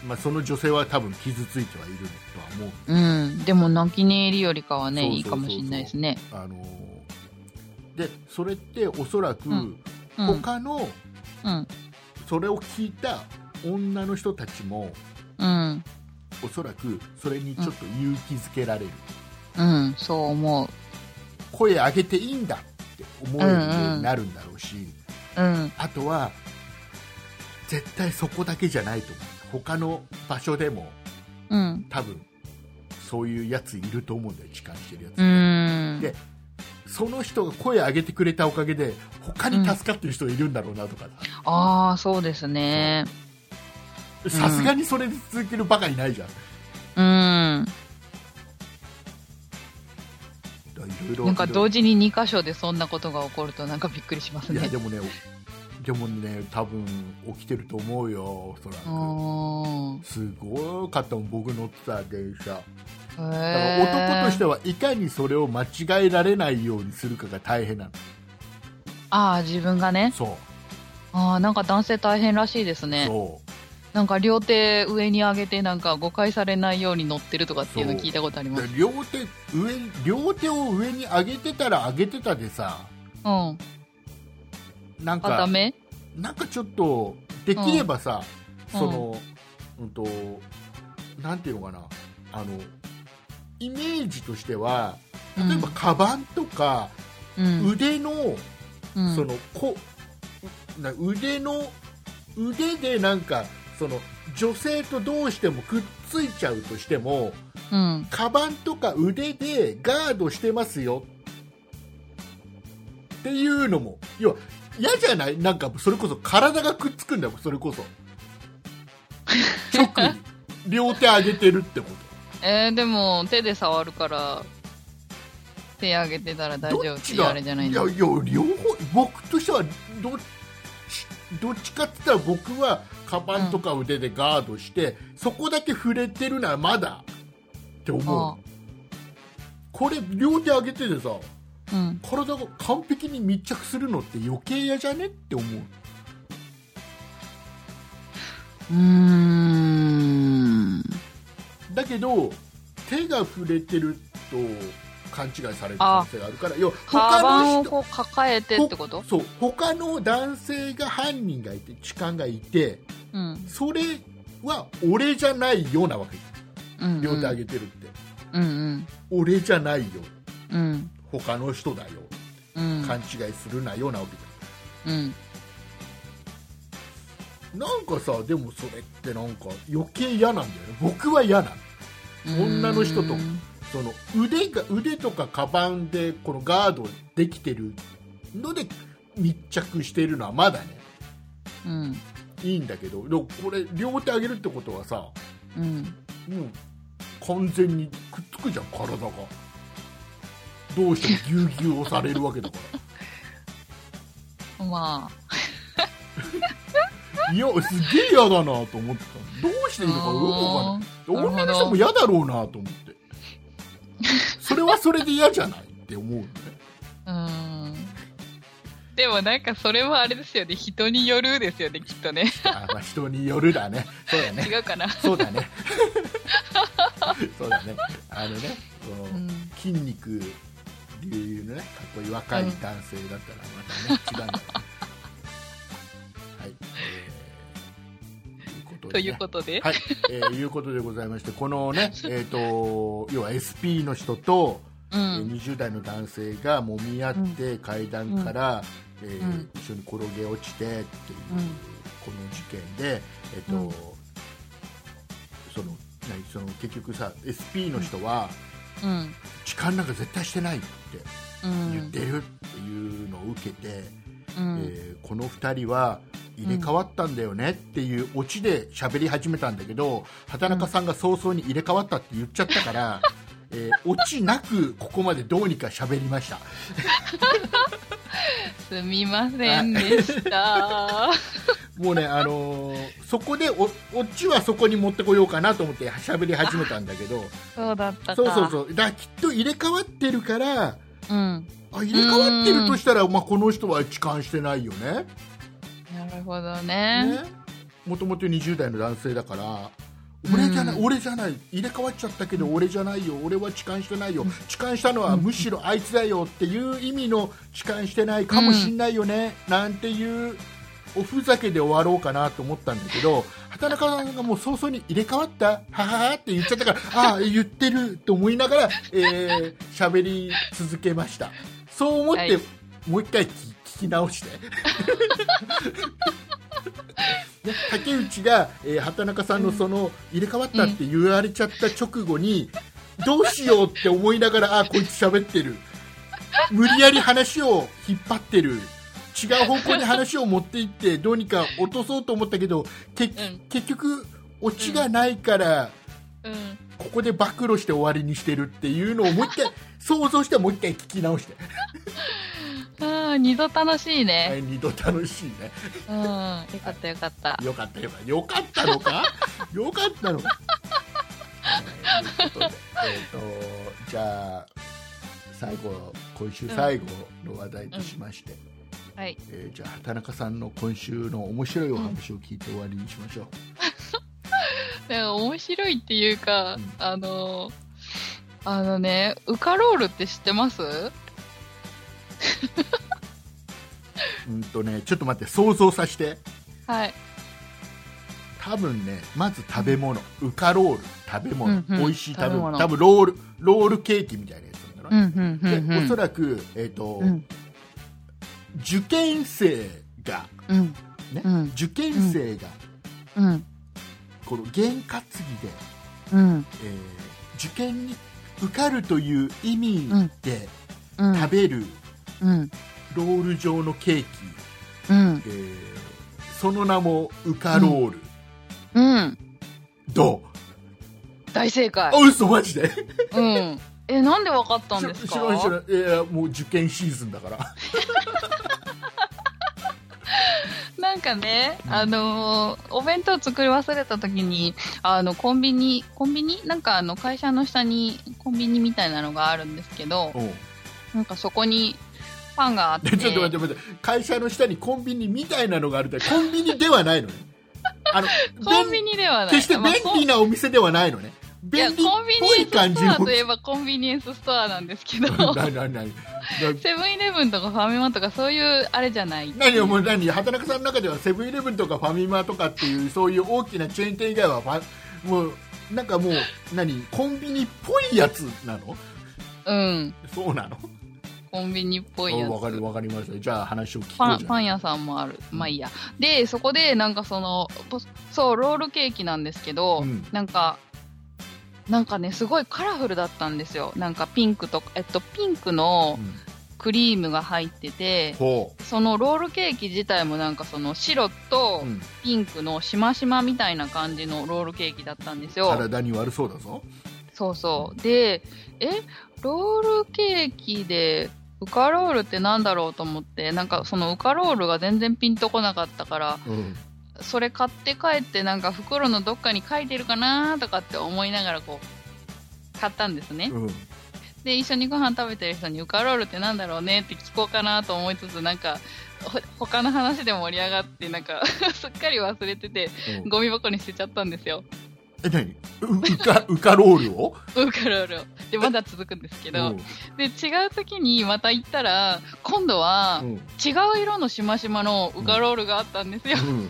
まあ、その女性は多分傷ついてはいるとは思ううん。でも、泣き寝入りよりかはね、そうそういいかもしれないですね。あのーでそれっておそらくうんうん。うん他のそれを聞いた女の人たちもうん。おそらくそれにちょっと勇気づけられる、うん。そう思う。声上げていいんだって思えるようになるんだろうし、うん。あとは絶対そこだけじゃないと思う他の場所でもうん。多分そういうやついると思うんだよ痴漢してるやつって、うん。でその人が声上げてくれたおかげで他に助かってる人いるんだろうなとかああ、そうですね。ささすがにそれで続けるバカにないじゃんうん。だからいろいろなんか同時に2箇所でそんなことが起こるとなんかびっくりしますいやね。でもねでもね多分起きてると思うよおそらうくーん。すごかったもん僕乗ってた電車へだから男としては。はいかにそれを間違えられないようにするかが大変なのああ、自分がね。そうああ、なんか男性大変らしいですね。そうなんか両手上に上げてなんか誤解されないように乗ってるとかっていうのそう聞いたことありま。です両手上両手を上に上げてたら上げてたでさうん。あ、なんかダメなんかちょっとできればさ、うんそのうんとなんていうのかなあのイメージとしては例えばカバンとか、うん。腕の、うん。そのこな腕の腕でなんかその女性とどうしてもくっついちゃうとしてもうん。カバンとか腕でガードしてますよっていうのも要は嫌じゃないなんかそれこそ体がくっつくんだよそれこそ <laughs> 直に両手上げてるってこえー、でも手で触るから、手上げてたらと大丈夫どっってちいうがあれじゃないいのやいや両方僕としてはどっちどっちかって言ったら僕はカバンとか腕でガードして、そこだけ触れてるならまだって思あう、これ両手上げててさうん。体が完璧に密着するのって余計嫌じゃねって思ううーん。だけど手が触れてると勘違いされる可能性があるから要はカバン他のを人こう抱えてってことそう他の男性が犯人がいて痴漢がいてうん。それは俺じゃないようなわけうんうん両手上げてるって、うんうん俺じゃないようん他の人だようん勘違いするなよ直樹うんなんかさでもそれってなんか余計嫌なんだよね僕は嫌なの女の人とその腕が腕とかカバンでこのガードできてるので密着しているのはまだねうんいいんだけどでもこれ両手上げるってことはさもうんう完全にくっつくじゃん体がどうしてもぎゅうぎゅう押されるわけだからまあいや、すげえ嫌だなと思ってた。どうしていいのかよくわかんない。ーなるほど女の人も嫌だろうなと思って。それはそれで嫌じゃないって思うのね。うんでもなんかそれはあれですよね人によるですよねきっとねあまあ人によるだね。そうだね。違うかなそうだね。 <laughs> そうだね。あのね、このうん筋肉流々のね、かっこいい若い男性だったらまたね、違うんだよね。はい。えーということで、はい、えーいうことでございまして、こ <laughs> のね、えっ、と、要は SP の人と、うえーん20代の男性が揉み合って、階段から、えーうん一緒に転げ落ちてっていう、うんこの事件で、えっ、と、うんその、何その結局さ、SP の人は、うん痴漢なんか絶対してないってう言っんてるっていうのを受けて、うんえーこの2人は入れ替わったんだよねっていうオチで喋り始めたんだけど畑中さんが早々に入れ替わったって言っちゃったから、えーオチなくここまでどうにか喋りましたすみませんでしたもうね、あのーそこでおオチはそこに持ってこようかなと思って喋り始めたんだけど <laughs> そうだったかそうそうそうだからきっと入れ替わってるからうんあ入れ替わってるとしたら、まあ、この人は痴漢してないよねなるほどねね、もともと20代の男性だから俺じゃない、俺じゃない入れ替わっちゃったけど俺じゃないよ俺は痴漢してないよ痴漢したのはむしろあいつだよっていう意味の痴漢してないかもしんないよね、なんていうおふざけで終わろうかなと思ったんだけど畑中さんがもう早々に入れ替わったはははって言っちゃっ <laughs> たからああ言ってると思いながら喋、えー、喋り続けましたそう思って、はいもう一回聞聞き直してで竹内が、えー畑中さんのその入れ替わったって言われちゃった直後に、どうしようって思いながらあーこいつ喋ってる無理やり話を引っ張ってる違う方向に話を持っていってどうにか落とそうと思ったけどけうん結局オチがないから、うんここで暴露して終わりにしてるっていうのをもう一回想像してもう一回聞き直して、ああ二度楽しいはね、い二度楽しいねうんよかったよかったよかったよかったよかったの <laughs> かよかったのか、えーということでえーとじゃあ最後今週最後の話題としまして、はいえーじゃあ畑中さんの今週の面白いお話を聞いて終わりにしましょう、なんか面白いっていうか、うんあのあのねウカロールって知ってますうん、とねちょっと待って想像させてはい多分ねまず食べ物ウカロール食べ物、うんうん美味しい食べ物食多べ分ロールロールケーキみたいなやつなんだろうね、んでおそらく、えーとうん受験生がうんねうん受験生が、うんこの験担ぎで、うんえー受験に受かるという意味でうん食べるうんロール状のケーキ、うんえーその名もウカロール、うんど大正解うあ嘘マジでうんえなんでわかったんです知からない知らないいやもう受験シーズンだからなんかね、うんあのーお弁当作り忘れた時に、あの、コンビニ、コンビニなんかあの、会社の下にコンビニみたいなのがあるんですけど、 <laughs> おうなんかそこにパンがあって。でちょっと待って待って会社の下にコンビニみたいなのが <laughs> あるってコンビニではないのねあのコンビニではない。決してまあ便コン利なお店ではないのねいや便利っコンビぽニエいンスス感じトのアといえばコンビニエンスストアなんですけ <laughs> ど、何何何セブンイレブンとかファミマとかそういうあれじゃない。何をもう何畑中さんの中ではセブンイレブンとかファミマとかっていうそういう大きなチェーン店以外はファもうなんかもう何コンビニっぽいやつなのうん。そうなのコンビニっぽいやあわつ。かるわかりましたじゃあ話を聞パこうンじゃパんン屋さんもある。まあいいや。で、そこで、なんかその、ポそう、ロールケーキなんですけど、うんなんか、なんかね、すごいカラフルだったんですよ。なんかピンクとか、えっと、ピンクのうんクリームが入ってて、ほそのロールケーキ自体もなんかその白う、とうん、ピンクのしましまみたいな感じのロールケーキだったんですよ。体に悪そうだぞそうそう。で、え、ロールケーキで、ウカロールってなんだろうと思って、なんかそのウカロールが全然ピンとこなかったから、うんそれ買って帰ってなんか袋のどっかに書いてるかなとかって思いながらこう、買ったんですね。うんで、一緒にご飯食べてる人にウカロールってなんだろうねって聞こうかなと思いつつ、なんか、ほ他の話で盛り上がって、なんか、 <laughs> すっかり忘れてて、うんゴミ箱に捨てちゃったんですよ。え何ううかうかロールをウカロールを。で、まだ続くんですけうどん、で違う時にまた行ったら今度はうん違う色のしましまのウカロールがあったんですよう、 <laughs> ん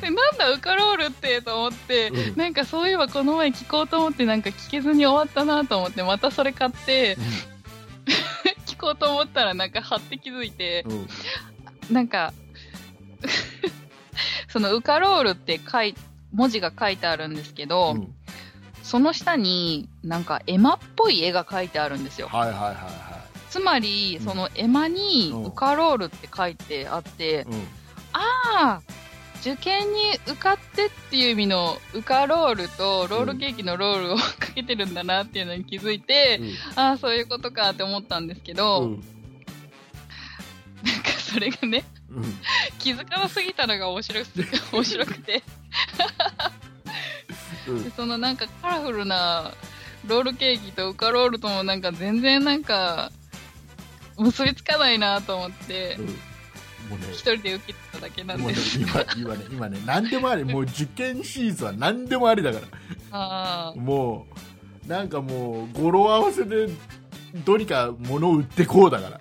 でなんだウカロールってと思って、うんなんかそういえばこの前聞こうと思ってなんか聞けずに終わったなと思ってまたそれ買って <laughs> 聞こうと思ったらなんか貼って気づいてうんうんなんか <laughs> そのウカロールって書い文字が書いてあるんですけど、うんその下になんか絵馬っぽい絵が書いてあるんですよはいはいはいはつまり、うんその絵馬にうんウカロールって書いてあって、い、うん、ああ、受験に受かってっていう意味のウカロールとロールケーキのロールをかけてるんだなっていうのに気づいて、ああ、そういうことかって思ったんですけど、うんなんかそれがね、うんうん気づかなすぎ <laughs> たのが面白く面白くて、うんそのなんかカラフルなロールケーキとウカロールともなんか全然なんか結びつかないなと思ってう、んもうね一人で受けてただけなんもうでねす。今今ね今ね何でもありもう受験シリーズは何でもありだかあらもうなんかもう語呂合わせでどうにか物を売ってこうだから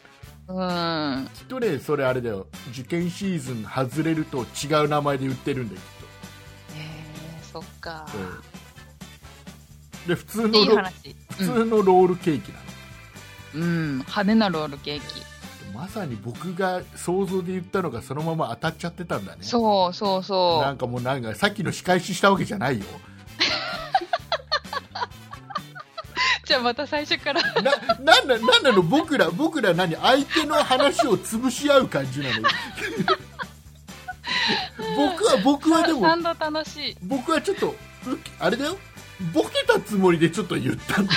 あ、うん。きっとねそれあれだよ受験シーズン外れると違う名前で売ってるんだよえー、そっかきっ。と、うんで普通のロいい話。普通のロールケーキなの、うん、うん、派手なロールケーキ。まさに僕が想像で言ったのがそのまま当たっちゃってたんだねそうそうなそんかもうなんかさっきの仕返ししたわけじゃないよ <laughs> う。じゃあまた最初から。ななんななんなの僕ら僕ら何相手の話を潰し合う感じなの <laughs> 僕は僕はでも三度楽しい。僕はちょっとうあれだよボケたつもりでちょっと言ったんだ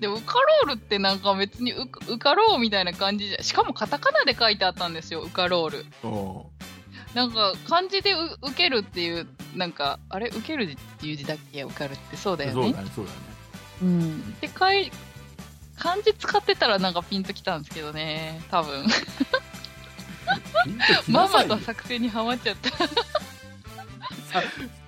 でも、ウカロールってなんか別にウカウカローみたいな感じじゃ、しかもカタカナで書いてあったんですよ、ウカロール。うんなんか漢字でう受けるっていう、なんか、あれ、受けるっていう字だっけ、ウカるってそうだよそうね。だねそうだねうん。で、かい、漢字使ってたらなんかピンときたんですけどね、多分。ピンときまなんまさいよと作戦にはまっちゃった。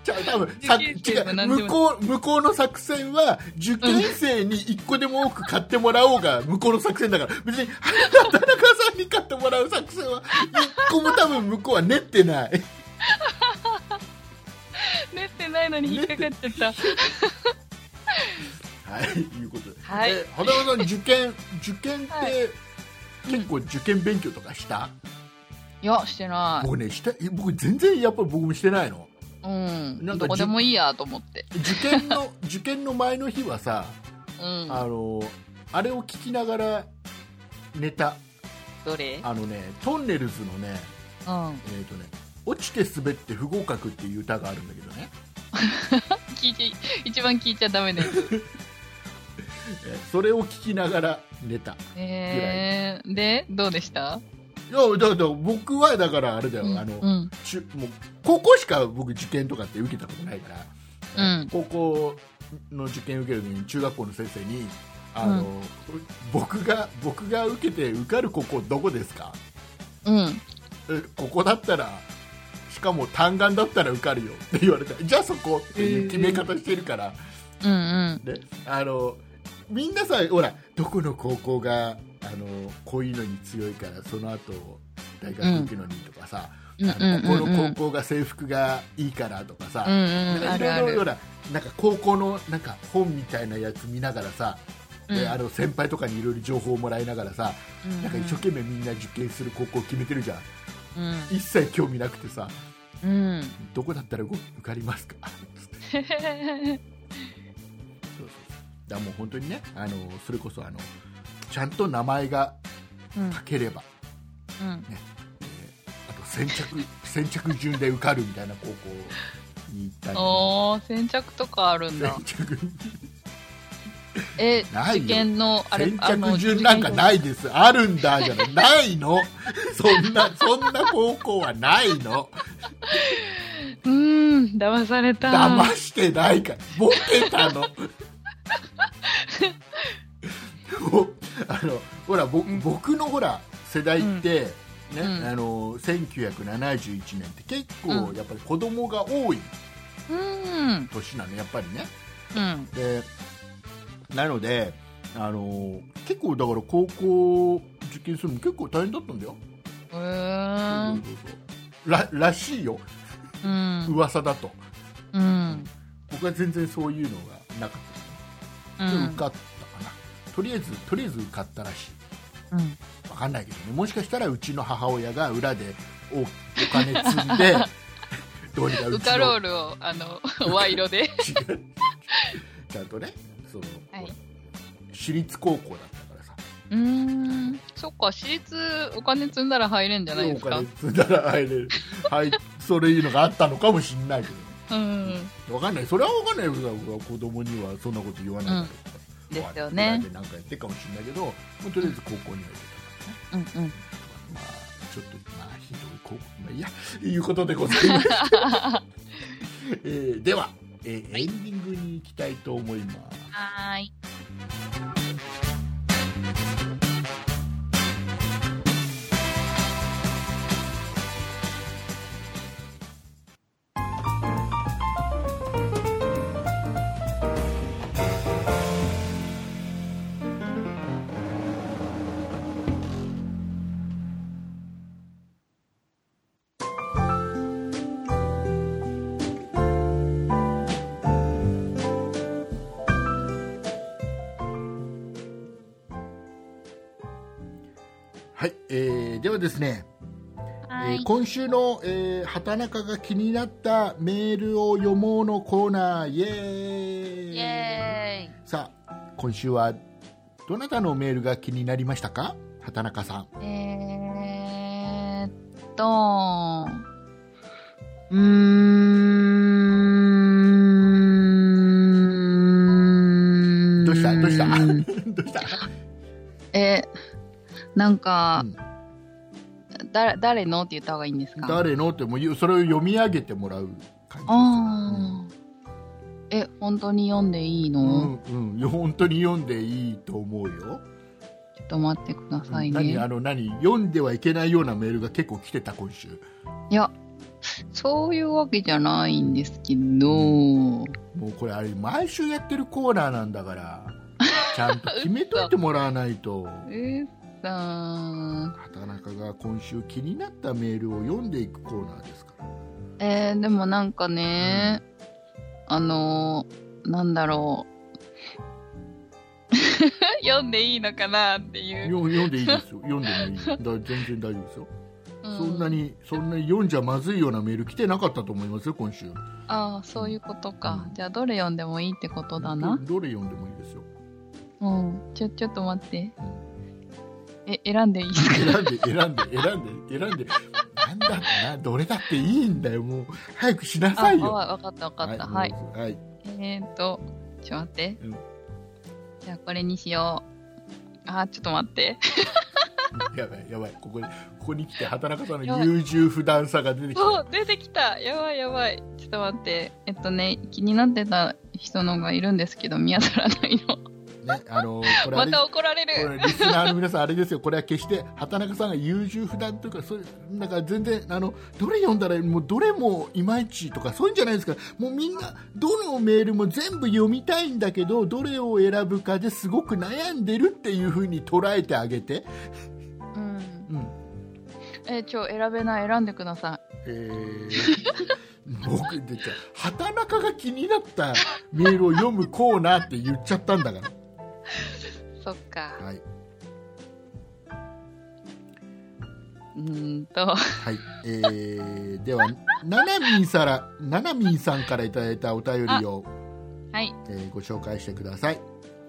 じゃあ多分さ受験生も違何うでも向こう向こうの作戦は受験生に一個でも多く買ってもらおう <laughs> が向こうの作戦だから別に田中さんに買ってもらう作戦は一個も多分向こうは練ってない練ってないのに引っかかっちゃった。はいいうことで、はいえー花村さん受験受験って、はい結構受験勉強とかしたいや、してな僕ねしたえ僕全然やっぱり僕もしてないのい。うん。なんかどこでもいいやと思って。受験の <laughs> 受験の前の日はさうん。あのあれを聞きながら寝たどれあのねトンネルズのねうん。えーとね「落ちて滑って不合格」っていう歌があるんだけどね、聞いて、一番聞いちゃダメです。えーそれを聞きながら寝た <laughs> えー、で、どうでしたいやだから僕はだからあれだよ、うん。あのうん。ちゅもう高校しか僕受験とかって受けたことないから、うん高校の受験受ける時に中学校の先生にあの、僕が僕が受けて受かる高校どこですかうん。えここだったらしかも単眼だったら受かるよって言われたじゃあそこっていう決め方してるから、うんうん。ね、あのみんなさほらどこの高校があのこういうのに強いからその後大学行くのにとかさ、うんうんここうんうのん高校が制服がいいからとかさ、うんうんなあんかいるあろいろるほらなんか高校のなんか本みたいなやつ見ながらさ、うであんの先輩とかにいろいろ情報をもらいながらさ、うんなんか一生懸命みんな受験する高校を決めてるじゃんうん一切興味なくてさうんどこだったらご受かりますかつってそうそうそうだからもう本当にねあのそれこそあのちゃんと名前がうん書ければ、うんえーあと先着先着順で受かるみたいな高校に行ったり <laughs> おー先着とかあるん <laughs> だ先着えないよ受験のあれ先あの着順なんかいないですあるんだじゃないないのそんなそんな高校はないのうーん騙された騙してないからボケたのもうあのほらぼ、ん僕のほら世代って、ねうんあの1971年って結構うんやっぱり子供が多いうん年なのやっぱりねうんでなのであの結構だから高校受験するの結構大変だったんだよ、うーんそうそうそうららしいようん噂だとうん僕は全然そういうのがなかったうでん受かったかな、とりあえずとりあえず受かったらしうんいわかんないけどねもしかしたらうちの母親が裏でおお金積ん <laughs> でどうにかうウちのカロールをあの賄賂で違う <laughs> ちゃんとねその、はいほら私立高校だったからさうーんそっか私立お金積んだら入れんじゃないでおすか金積んだら入れる、はい、そういうのがあったのかもしれないけどねうんわかんないそれはわかんないよ僕は子供にはそんなこと言わないから、うんですよわかんなねいでなんかやってるかもしれないけどもうとりあえず高校には入れたからねうんうんまあ、ちょっと、まあ、ひどいこ、まあ、いいや、いうことでございます。 <laughs> えーでは、えーエンディングに行きたいと思います。はーいはい、えーではですね、はえーい今週の、えー畑中が気になったメールを読もうのコーナー、イエーイイエさあ、今週は、どなたのメールが気になりましたか畑中さん。ーイえーっとうーんどうしたどうした <laughs> どうしたえなんか、うんだ誰のって言った方がいいんですか誰のってもう言う、それを読み上げてもらう感じですよ。ああ、え本当に読んでいいの、うんうん、本当に読んでいいと思うよ。ちょっと待ってください何あねの何読んではいけないようなメールが結構来てた今週。いやそういうわけじゃないんですけどもうこれあれ毎週やってるコーナーなんだ <laughs> から、ちゃんと決めといてもらわないと。えーさん畑中が今週気になったメールを読んでいくコーナーですから。えーでもなんかね、あのーなんだろう <laughs> 読んでいいのかなっていう、よ読んでいいですよ。読んでもいい。だ全然大丈夫ですよ。うそんなにそんなに読んじゃまずいようなメール来てなかったと思いますよ今週。ああそういうことか、うんじゃあどれ読んでもいいってことだなどどれ読んでもいいですよ。うん、ちょ、ちょっと待って。え、選んでいいですか選んで選んで選んで選んでなんだってなどれだっていいんだよもう早くしなさいあ、よわわかったわかった。はい。はい、はい、えーっと、ちょっと待って。うんじゃあこれにしよう。あー、ちょっと待って。やばいやばいここにここに来て働かさんの優柔不断さが出てきたお出てきたやばいやばい。ちょっと待って。えっとね、気になってた人のがいるんですけど、見当たらないの。ねあのこれあまれた怒られこる。れリスナーの皆さんあれですよこれは決して畑中さんが優柔不断というかそういうなんか全然あのどれ読んだらもうどれもいまいちとかそういうんじゃないですからもうみんなどのメールも全部読みたいんだけどどれを選ぶかですごく悩んでるっていうふうに捉えてあげて、うん。うん、え、ちょ、選べない。選んでください。えー僕でじゃあ畑中が気になったメールを読むコーナーって言っちゃったんだか、。そっからはいうーんと、はいえー、ではななみんさらななみんさんからいただいたお便りを、はい。えーご紹介してください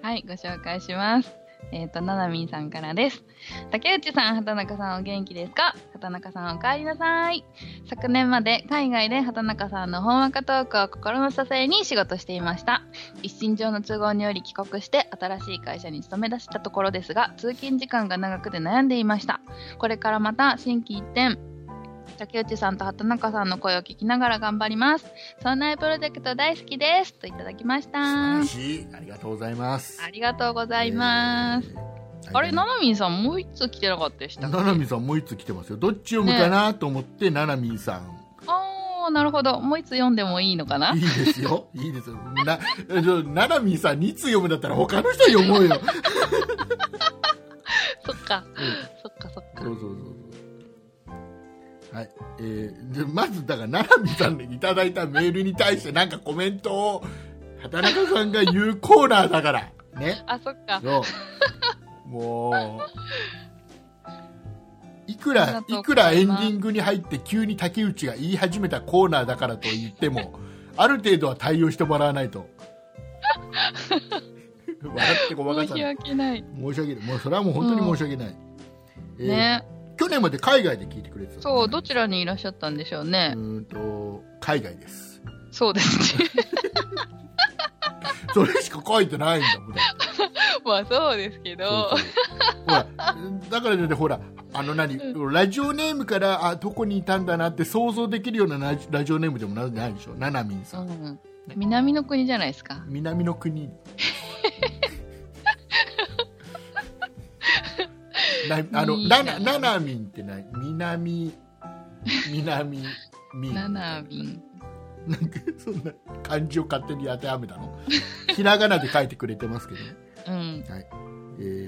はい、ご紹介します。えっ、と、ななみんさんからです。竹内さん、畑中さん、お元気ですか畑中さん、お帰りなさい。昨年まで海外で畑中さんの本若トークを心の支えに仕事していました。一身上の都合により帰国して、新しい会社に勤め出したところですが、通勤時間が長くて悩んでいました。これからまた心機一転。竹内さんと畑中さんの声を聞きながら頑張ります。そんなプロジェクト大好きです。といただきまし素晴たら。しいありがとうございますありがとうございます。えーあれ、ななみんさん、もう一つ来てなかったでしたっけななみんさんもう一つ来てますよどっち読むかなと思って、ななみんさんあー、なるほど。もう一つ読んでもいいのかないいですよ。いいですよ。な、えちょななみんさん2通読むんだったら他の人読もうよ。そっか、うそっかそっんか。そうそうそうそう。はい。えー、でまず、だから、ななみんさんにいただいたメールに対してなんかコメントを、畑中さんが言うコーナーだから。 <laughs> ね。あ、そっか。そう。もう。いくありがらと、うございますいくらエンディングに入って急に竹内が言い始めたコーナーだからと言っても、 <laughs> ある程度は対応してもらわない <laughs> と。笑ってごまか申さしない。訳ない。申し訳ない。もうそれはもう本当に申し訳ない。えーね。去年まで海外で聞いてくれてたのね、そう、どちらにいらっしゃったんでしょうねう。ーんと、海外です。そうですね。 <laughs> それしか書いてないんだ <laughs> もん。まあ、そうですけどそう。そうほらだからねほらあの何ラジオネームからあどこにいたんだなって想像できるようなラジラジオネームでもなないでしょななみんうさんん。南の国じゃないですか。南 <laughs> の国なあのいいなななななみんってない南南みんななみん。なんかそんな漢字を勝手に当てはめたの <laughs> ひらがなで書いてくれてますけど、うん。え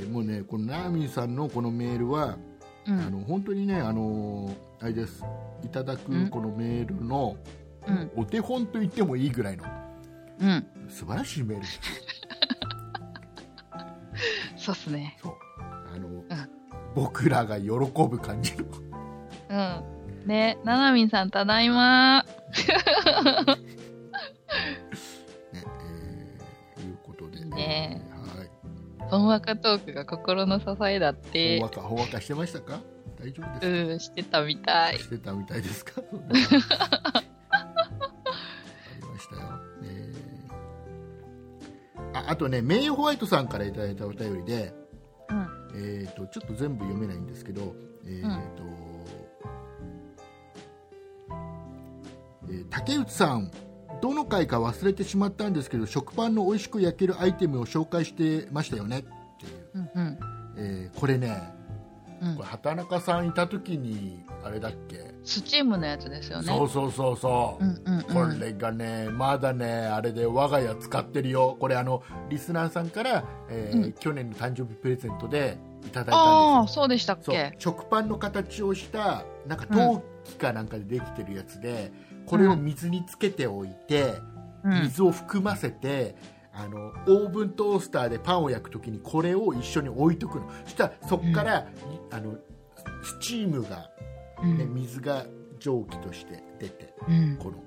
ーもうねこのななみんさんのこのメールはうあん。の本当にね、あのあれです、いただうくんこのメールのうん。お手本と言ってもいいぐらいのうん。素晴らしいメールです。そうっすね。そうあの僕らが喜ぶ感じの。うん。ね、ななみんさん、ただいま。ねえーいうことで、ねえーはい。本若トークが心の支えだっほんてわ。かほんわかしてましたか？大丈夫ですうん、してたみたか？い。してたみたいで <laughs> すか？そんなありましたよ。えーああとねメイホワイトさんからいただいたお便りで、うん。えー、とちょっと全部読めないんですけど、えーとえー竹内さんどの回か忘れてしまったんですけど食パンの美味しく焼けるアイテムを紹介してましたよねっていう、うんうんえーこれねうんこれ畑中さんいた時にあれだっけ、スチームのやつですよね。そうそうそうそう、うんうんうんこれがねまだねあれで我が家使ってるよこれあのリスナーさんから、えーうん去年の誕生日プレゼントでいただいたんですよああ、そうでしたっそうけ食パンの形をしたなんか陶器かなんかでできてるやつで、これを水につけておいて、うん。水を含ませてあのオーブントースターでパンを焼くときにこれを一緒に置いとくのそしたらそこから、あのスチームが、うね、ん水が蒸気として出てうんこの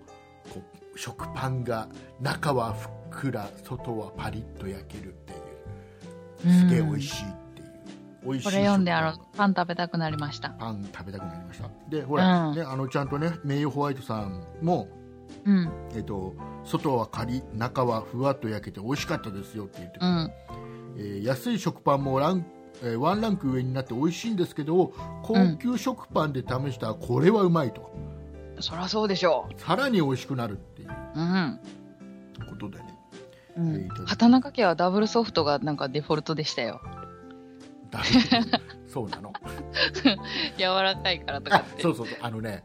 こう食パンが中はふっくら外はパリッと焼けるっていうすげえ美味しいっていう、美味しいこれ読んで、あ食パンの、パン食べたくなりました。パン食べたくなりましたでほら、うんね、あのちゃんとね名誉ホワイトさんも、うん。えっと外はカリ中はふわっと焼けて美味しかったですよって言ってくうれん。て、えー安い食パンもラン、えーワンランク上になって美味しいんですけど高級食パンで試したらこれはうまいと、そらそうでしょさらに美味しくなるっていうう。うん。ことでね <laughs> うえーいんただきま。す畑中家はダブルソフトがなんかデフォルトでしたよ。だいぶそうなの <laughs> 柔らかいからとかあってそ。うそうそうあ <laughs> のね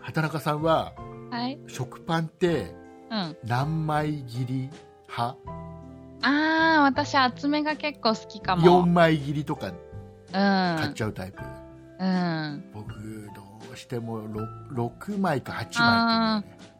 畑中さんははい。食パンってうん。あ何枚切り派あ、私、厚めが結構好きか4も。枚切りとかう買っん。ちゃうタイプ、うん。僕どうしても 6, 6枚か8枚っていうね、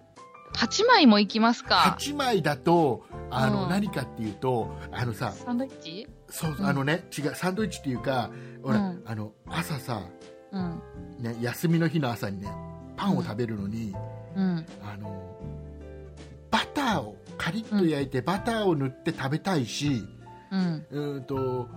8枚もいきますか。 8枚だとあの、うん何かっていうとあのさサンドイッチそう、うんあのね違うサンドイッチっていうかほら、うんあの朝さ、うん。ね、休みの日の朝にねパンを食べるのに、うん。あのバターをカリッと焼いてバターを塗って食べたいし、うん。うーんと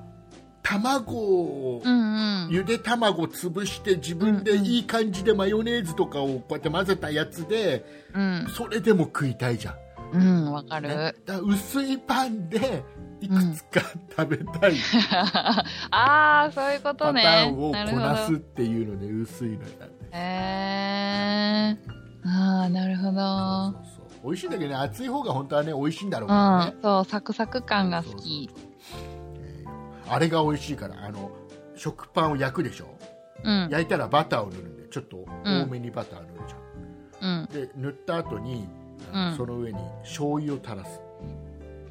卵を、うんうん。ゆで卵を潰して自分でいい感じでマヨネーズとかをこうやって混ぜたやつでうん。それでも食いたいじゃん、うん、わかねだる。から薄いパンでいくつか食べたい <laughs> ああ、そういうこパとタね。ーンをこなるほなすど。っていうので薄いのよ、へえー。ああ、なるほど。そうそう美味しいんだけどね熱い方が本当はね美味しいんだろうけどねうん、そう、サクサク感が好き。あれが美味しいからあの食パンを焼くでしょうん、焼いたらバターを塗るんでちょっと多めにバター塗るじゃん、うん。で塗った後にあのうんその上に醤油を垂らす、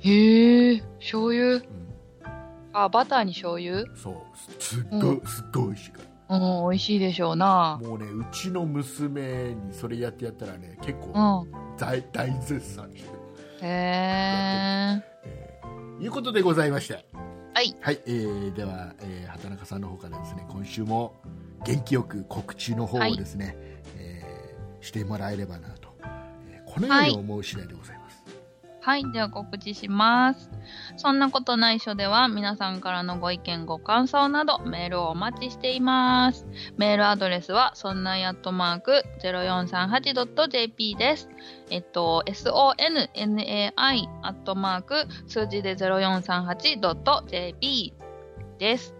へえ、醤油うんあ、バターに醤油そうすすっごい、うすっごい美味しいかうん、美味しいでしょうらな。もうねうちの娘にそれやってやったらね結う構ん。大,、大絶賛してるへえ。ということでございましてはい、はいえーでは、えー畑中さんの方からですね今週も元気よく告知の方をですね、えーしてもらえればなと、えーこのように思う次第でございます、はい、では告知します。そんなことないっしょでは皆さんからのご意見、ご感想などメールをお待ちしています。メールアドレスはそんないアットマーク 0438.jp です。えっと、sonnai アットマーク数字で 0438.jp です。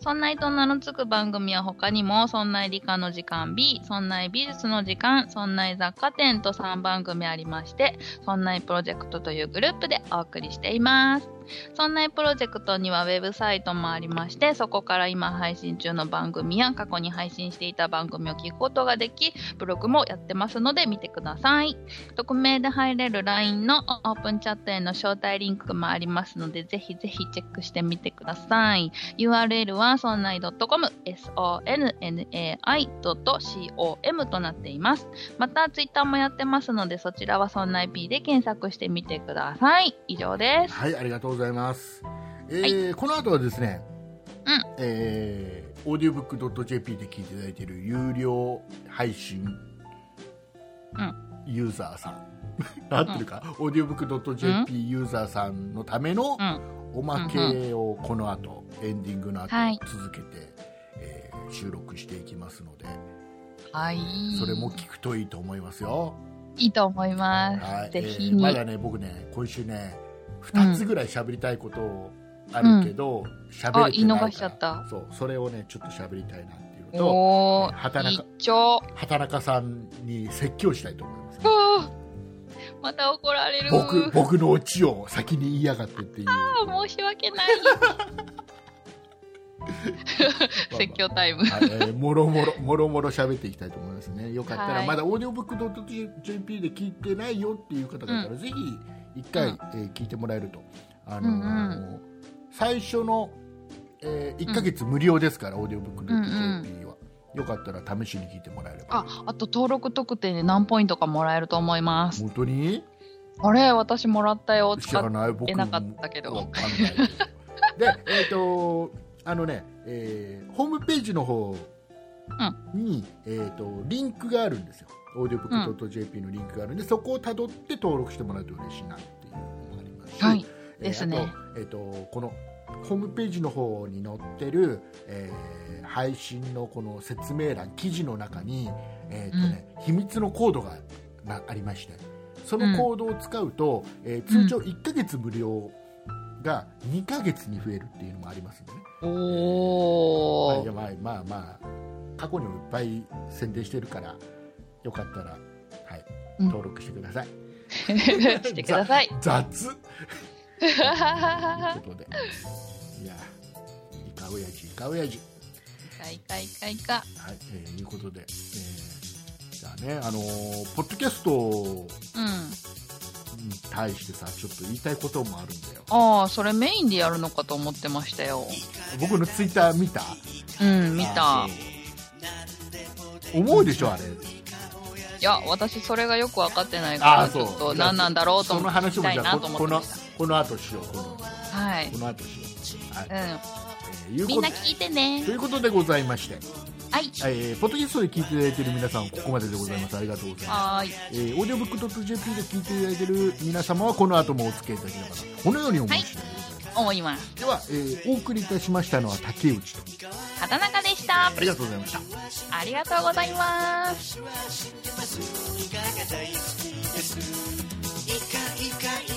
そんないと名の付く番組は他にも、そんない理科の時間 B、そんない美術の時間、そんない雑貨店と3番組ありまして、そんないプロジェクトというグループでお送りしています。そんないプロジェクトにはウェブサイトもありまして、そこから今配信中の番組や過去に配信していた番組を聞くことができ、ブログもやってますので見てください。匿名で入れる LINE のオープンチャットへの招待リンクもありますので、ぜひぜひチェックしてみてください。URL はそんない .com、sonnai.com となっています。また、ツイッターもやってますので、そちらはそんな IP で検索してみてください。以上です。はい、ありがとうございます。えーこの後はですね、うんえー、audiobook.jp で聞いていただいている有料配信うんユーザーさん、 <laughs> 合ってるか、audiobook.jp ユーザーさんのためのうん。おまけをこの後、エンディングの後、はい続けて、えー収録していきますので、はい。それも聞くといいと思いますよ。いいと思います。はい、ぜひえに、ーまだね僕ね今週ね2つぐらい喋りたいことあるけど喋、れてないからあ言い逃しちゃったそうそれをねちょっと喋りたいなっていうのとおえー、畑中一丁。畑中さんに説教したいと思います、うわーまた怒られる。僕僕のオチを先に言いやがってっていうあー申し訳 <laughs> ない。 <laughs> 説教タイム。はいえーもろもろもろもろ喋っていきたいと思いますねよかったら、はいまだオーディオブックドット JP で聞いてないよっていう方がいたら、ぜひ一回、うんえー聞いてもらえるとあのーうん最初の、え1ヶ月無料ですから、オーディオブックドット JP は、よかったら試しに聞いてもらえれあ、ばあと登録特典で何ポイントかもらえると思います。本当にあれ、私もらったよ。知使らっない僕てなかったけわど。かんないけどでえっ、とあのね、えーホームページの方に、えっ、とリンクがあるんですよオーディオブック .jp のリンクがあるんで、そこをたどって登録してもらうと嬉しいなっていうのもありますし、はいえーですねあと,、えー、とこのホームページの方に載ってる、えー配信のこの説明欄記事の中に、えーとね秘密のコードがなありましてそのコードを使うと、えー通常1ヶ月無料が2ヶ月に増えるっていうのもありますんでね、おー。 <laughs> まあまあまあまあ過去にもいっぱい宣伝してるからよかったら、はい、うん登録してください、してください。 <laughs> 雑かということでいやイカオヤジイカオヤジいかいかいか。はい、えー、いうことで、えーじゃあねあのーポッドキャストうん。に対してさちょっと言いたいこともあるんだよああ、それメインでやるのかと思ってましたよ。僕のツイッター見たうん、見た。思うでしょあれいや、私それがよく分かってないかあら、ちーそうょっと何なんだろうとそ思のって聞き話もたじいゃあなこと思ってこまのしこの後しようこのた。はいこ。の後しようはい、う。えーいうんこみんな聞いてねと。いうことでございまして、はい。えーポッドキャストで聞いていただいている皆さんここまででございますありがとうございますはーい。えー、オーディオブックドット JP で聞いていただいている皆様はこの後もお付き合いいただければとこのように思います、思います。では、えーお送りいたしましたのは竹内と畑中でしたあ。りがとうございましたありがとうございます。イカイカイカ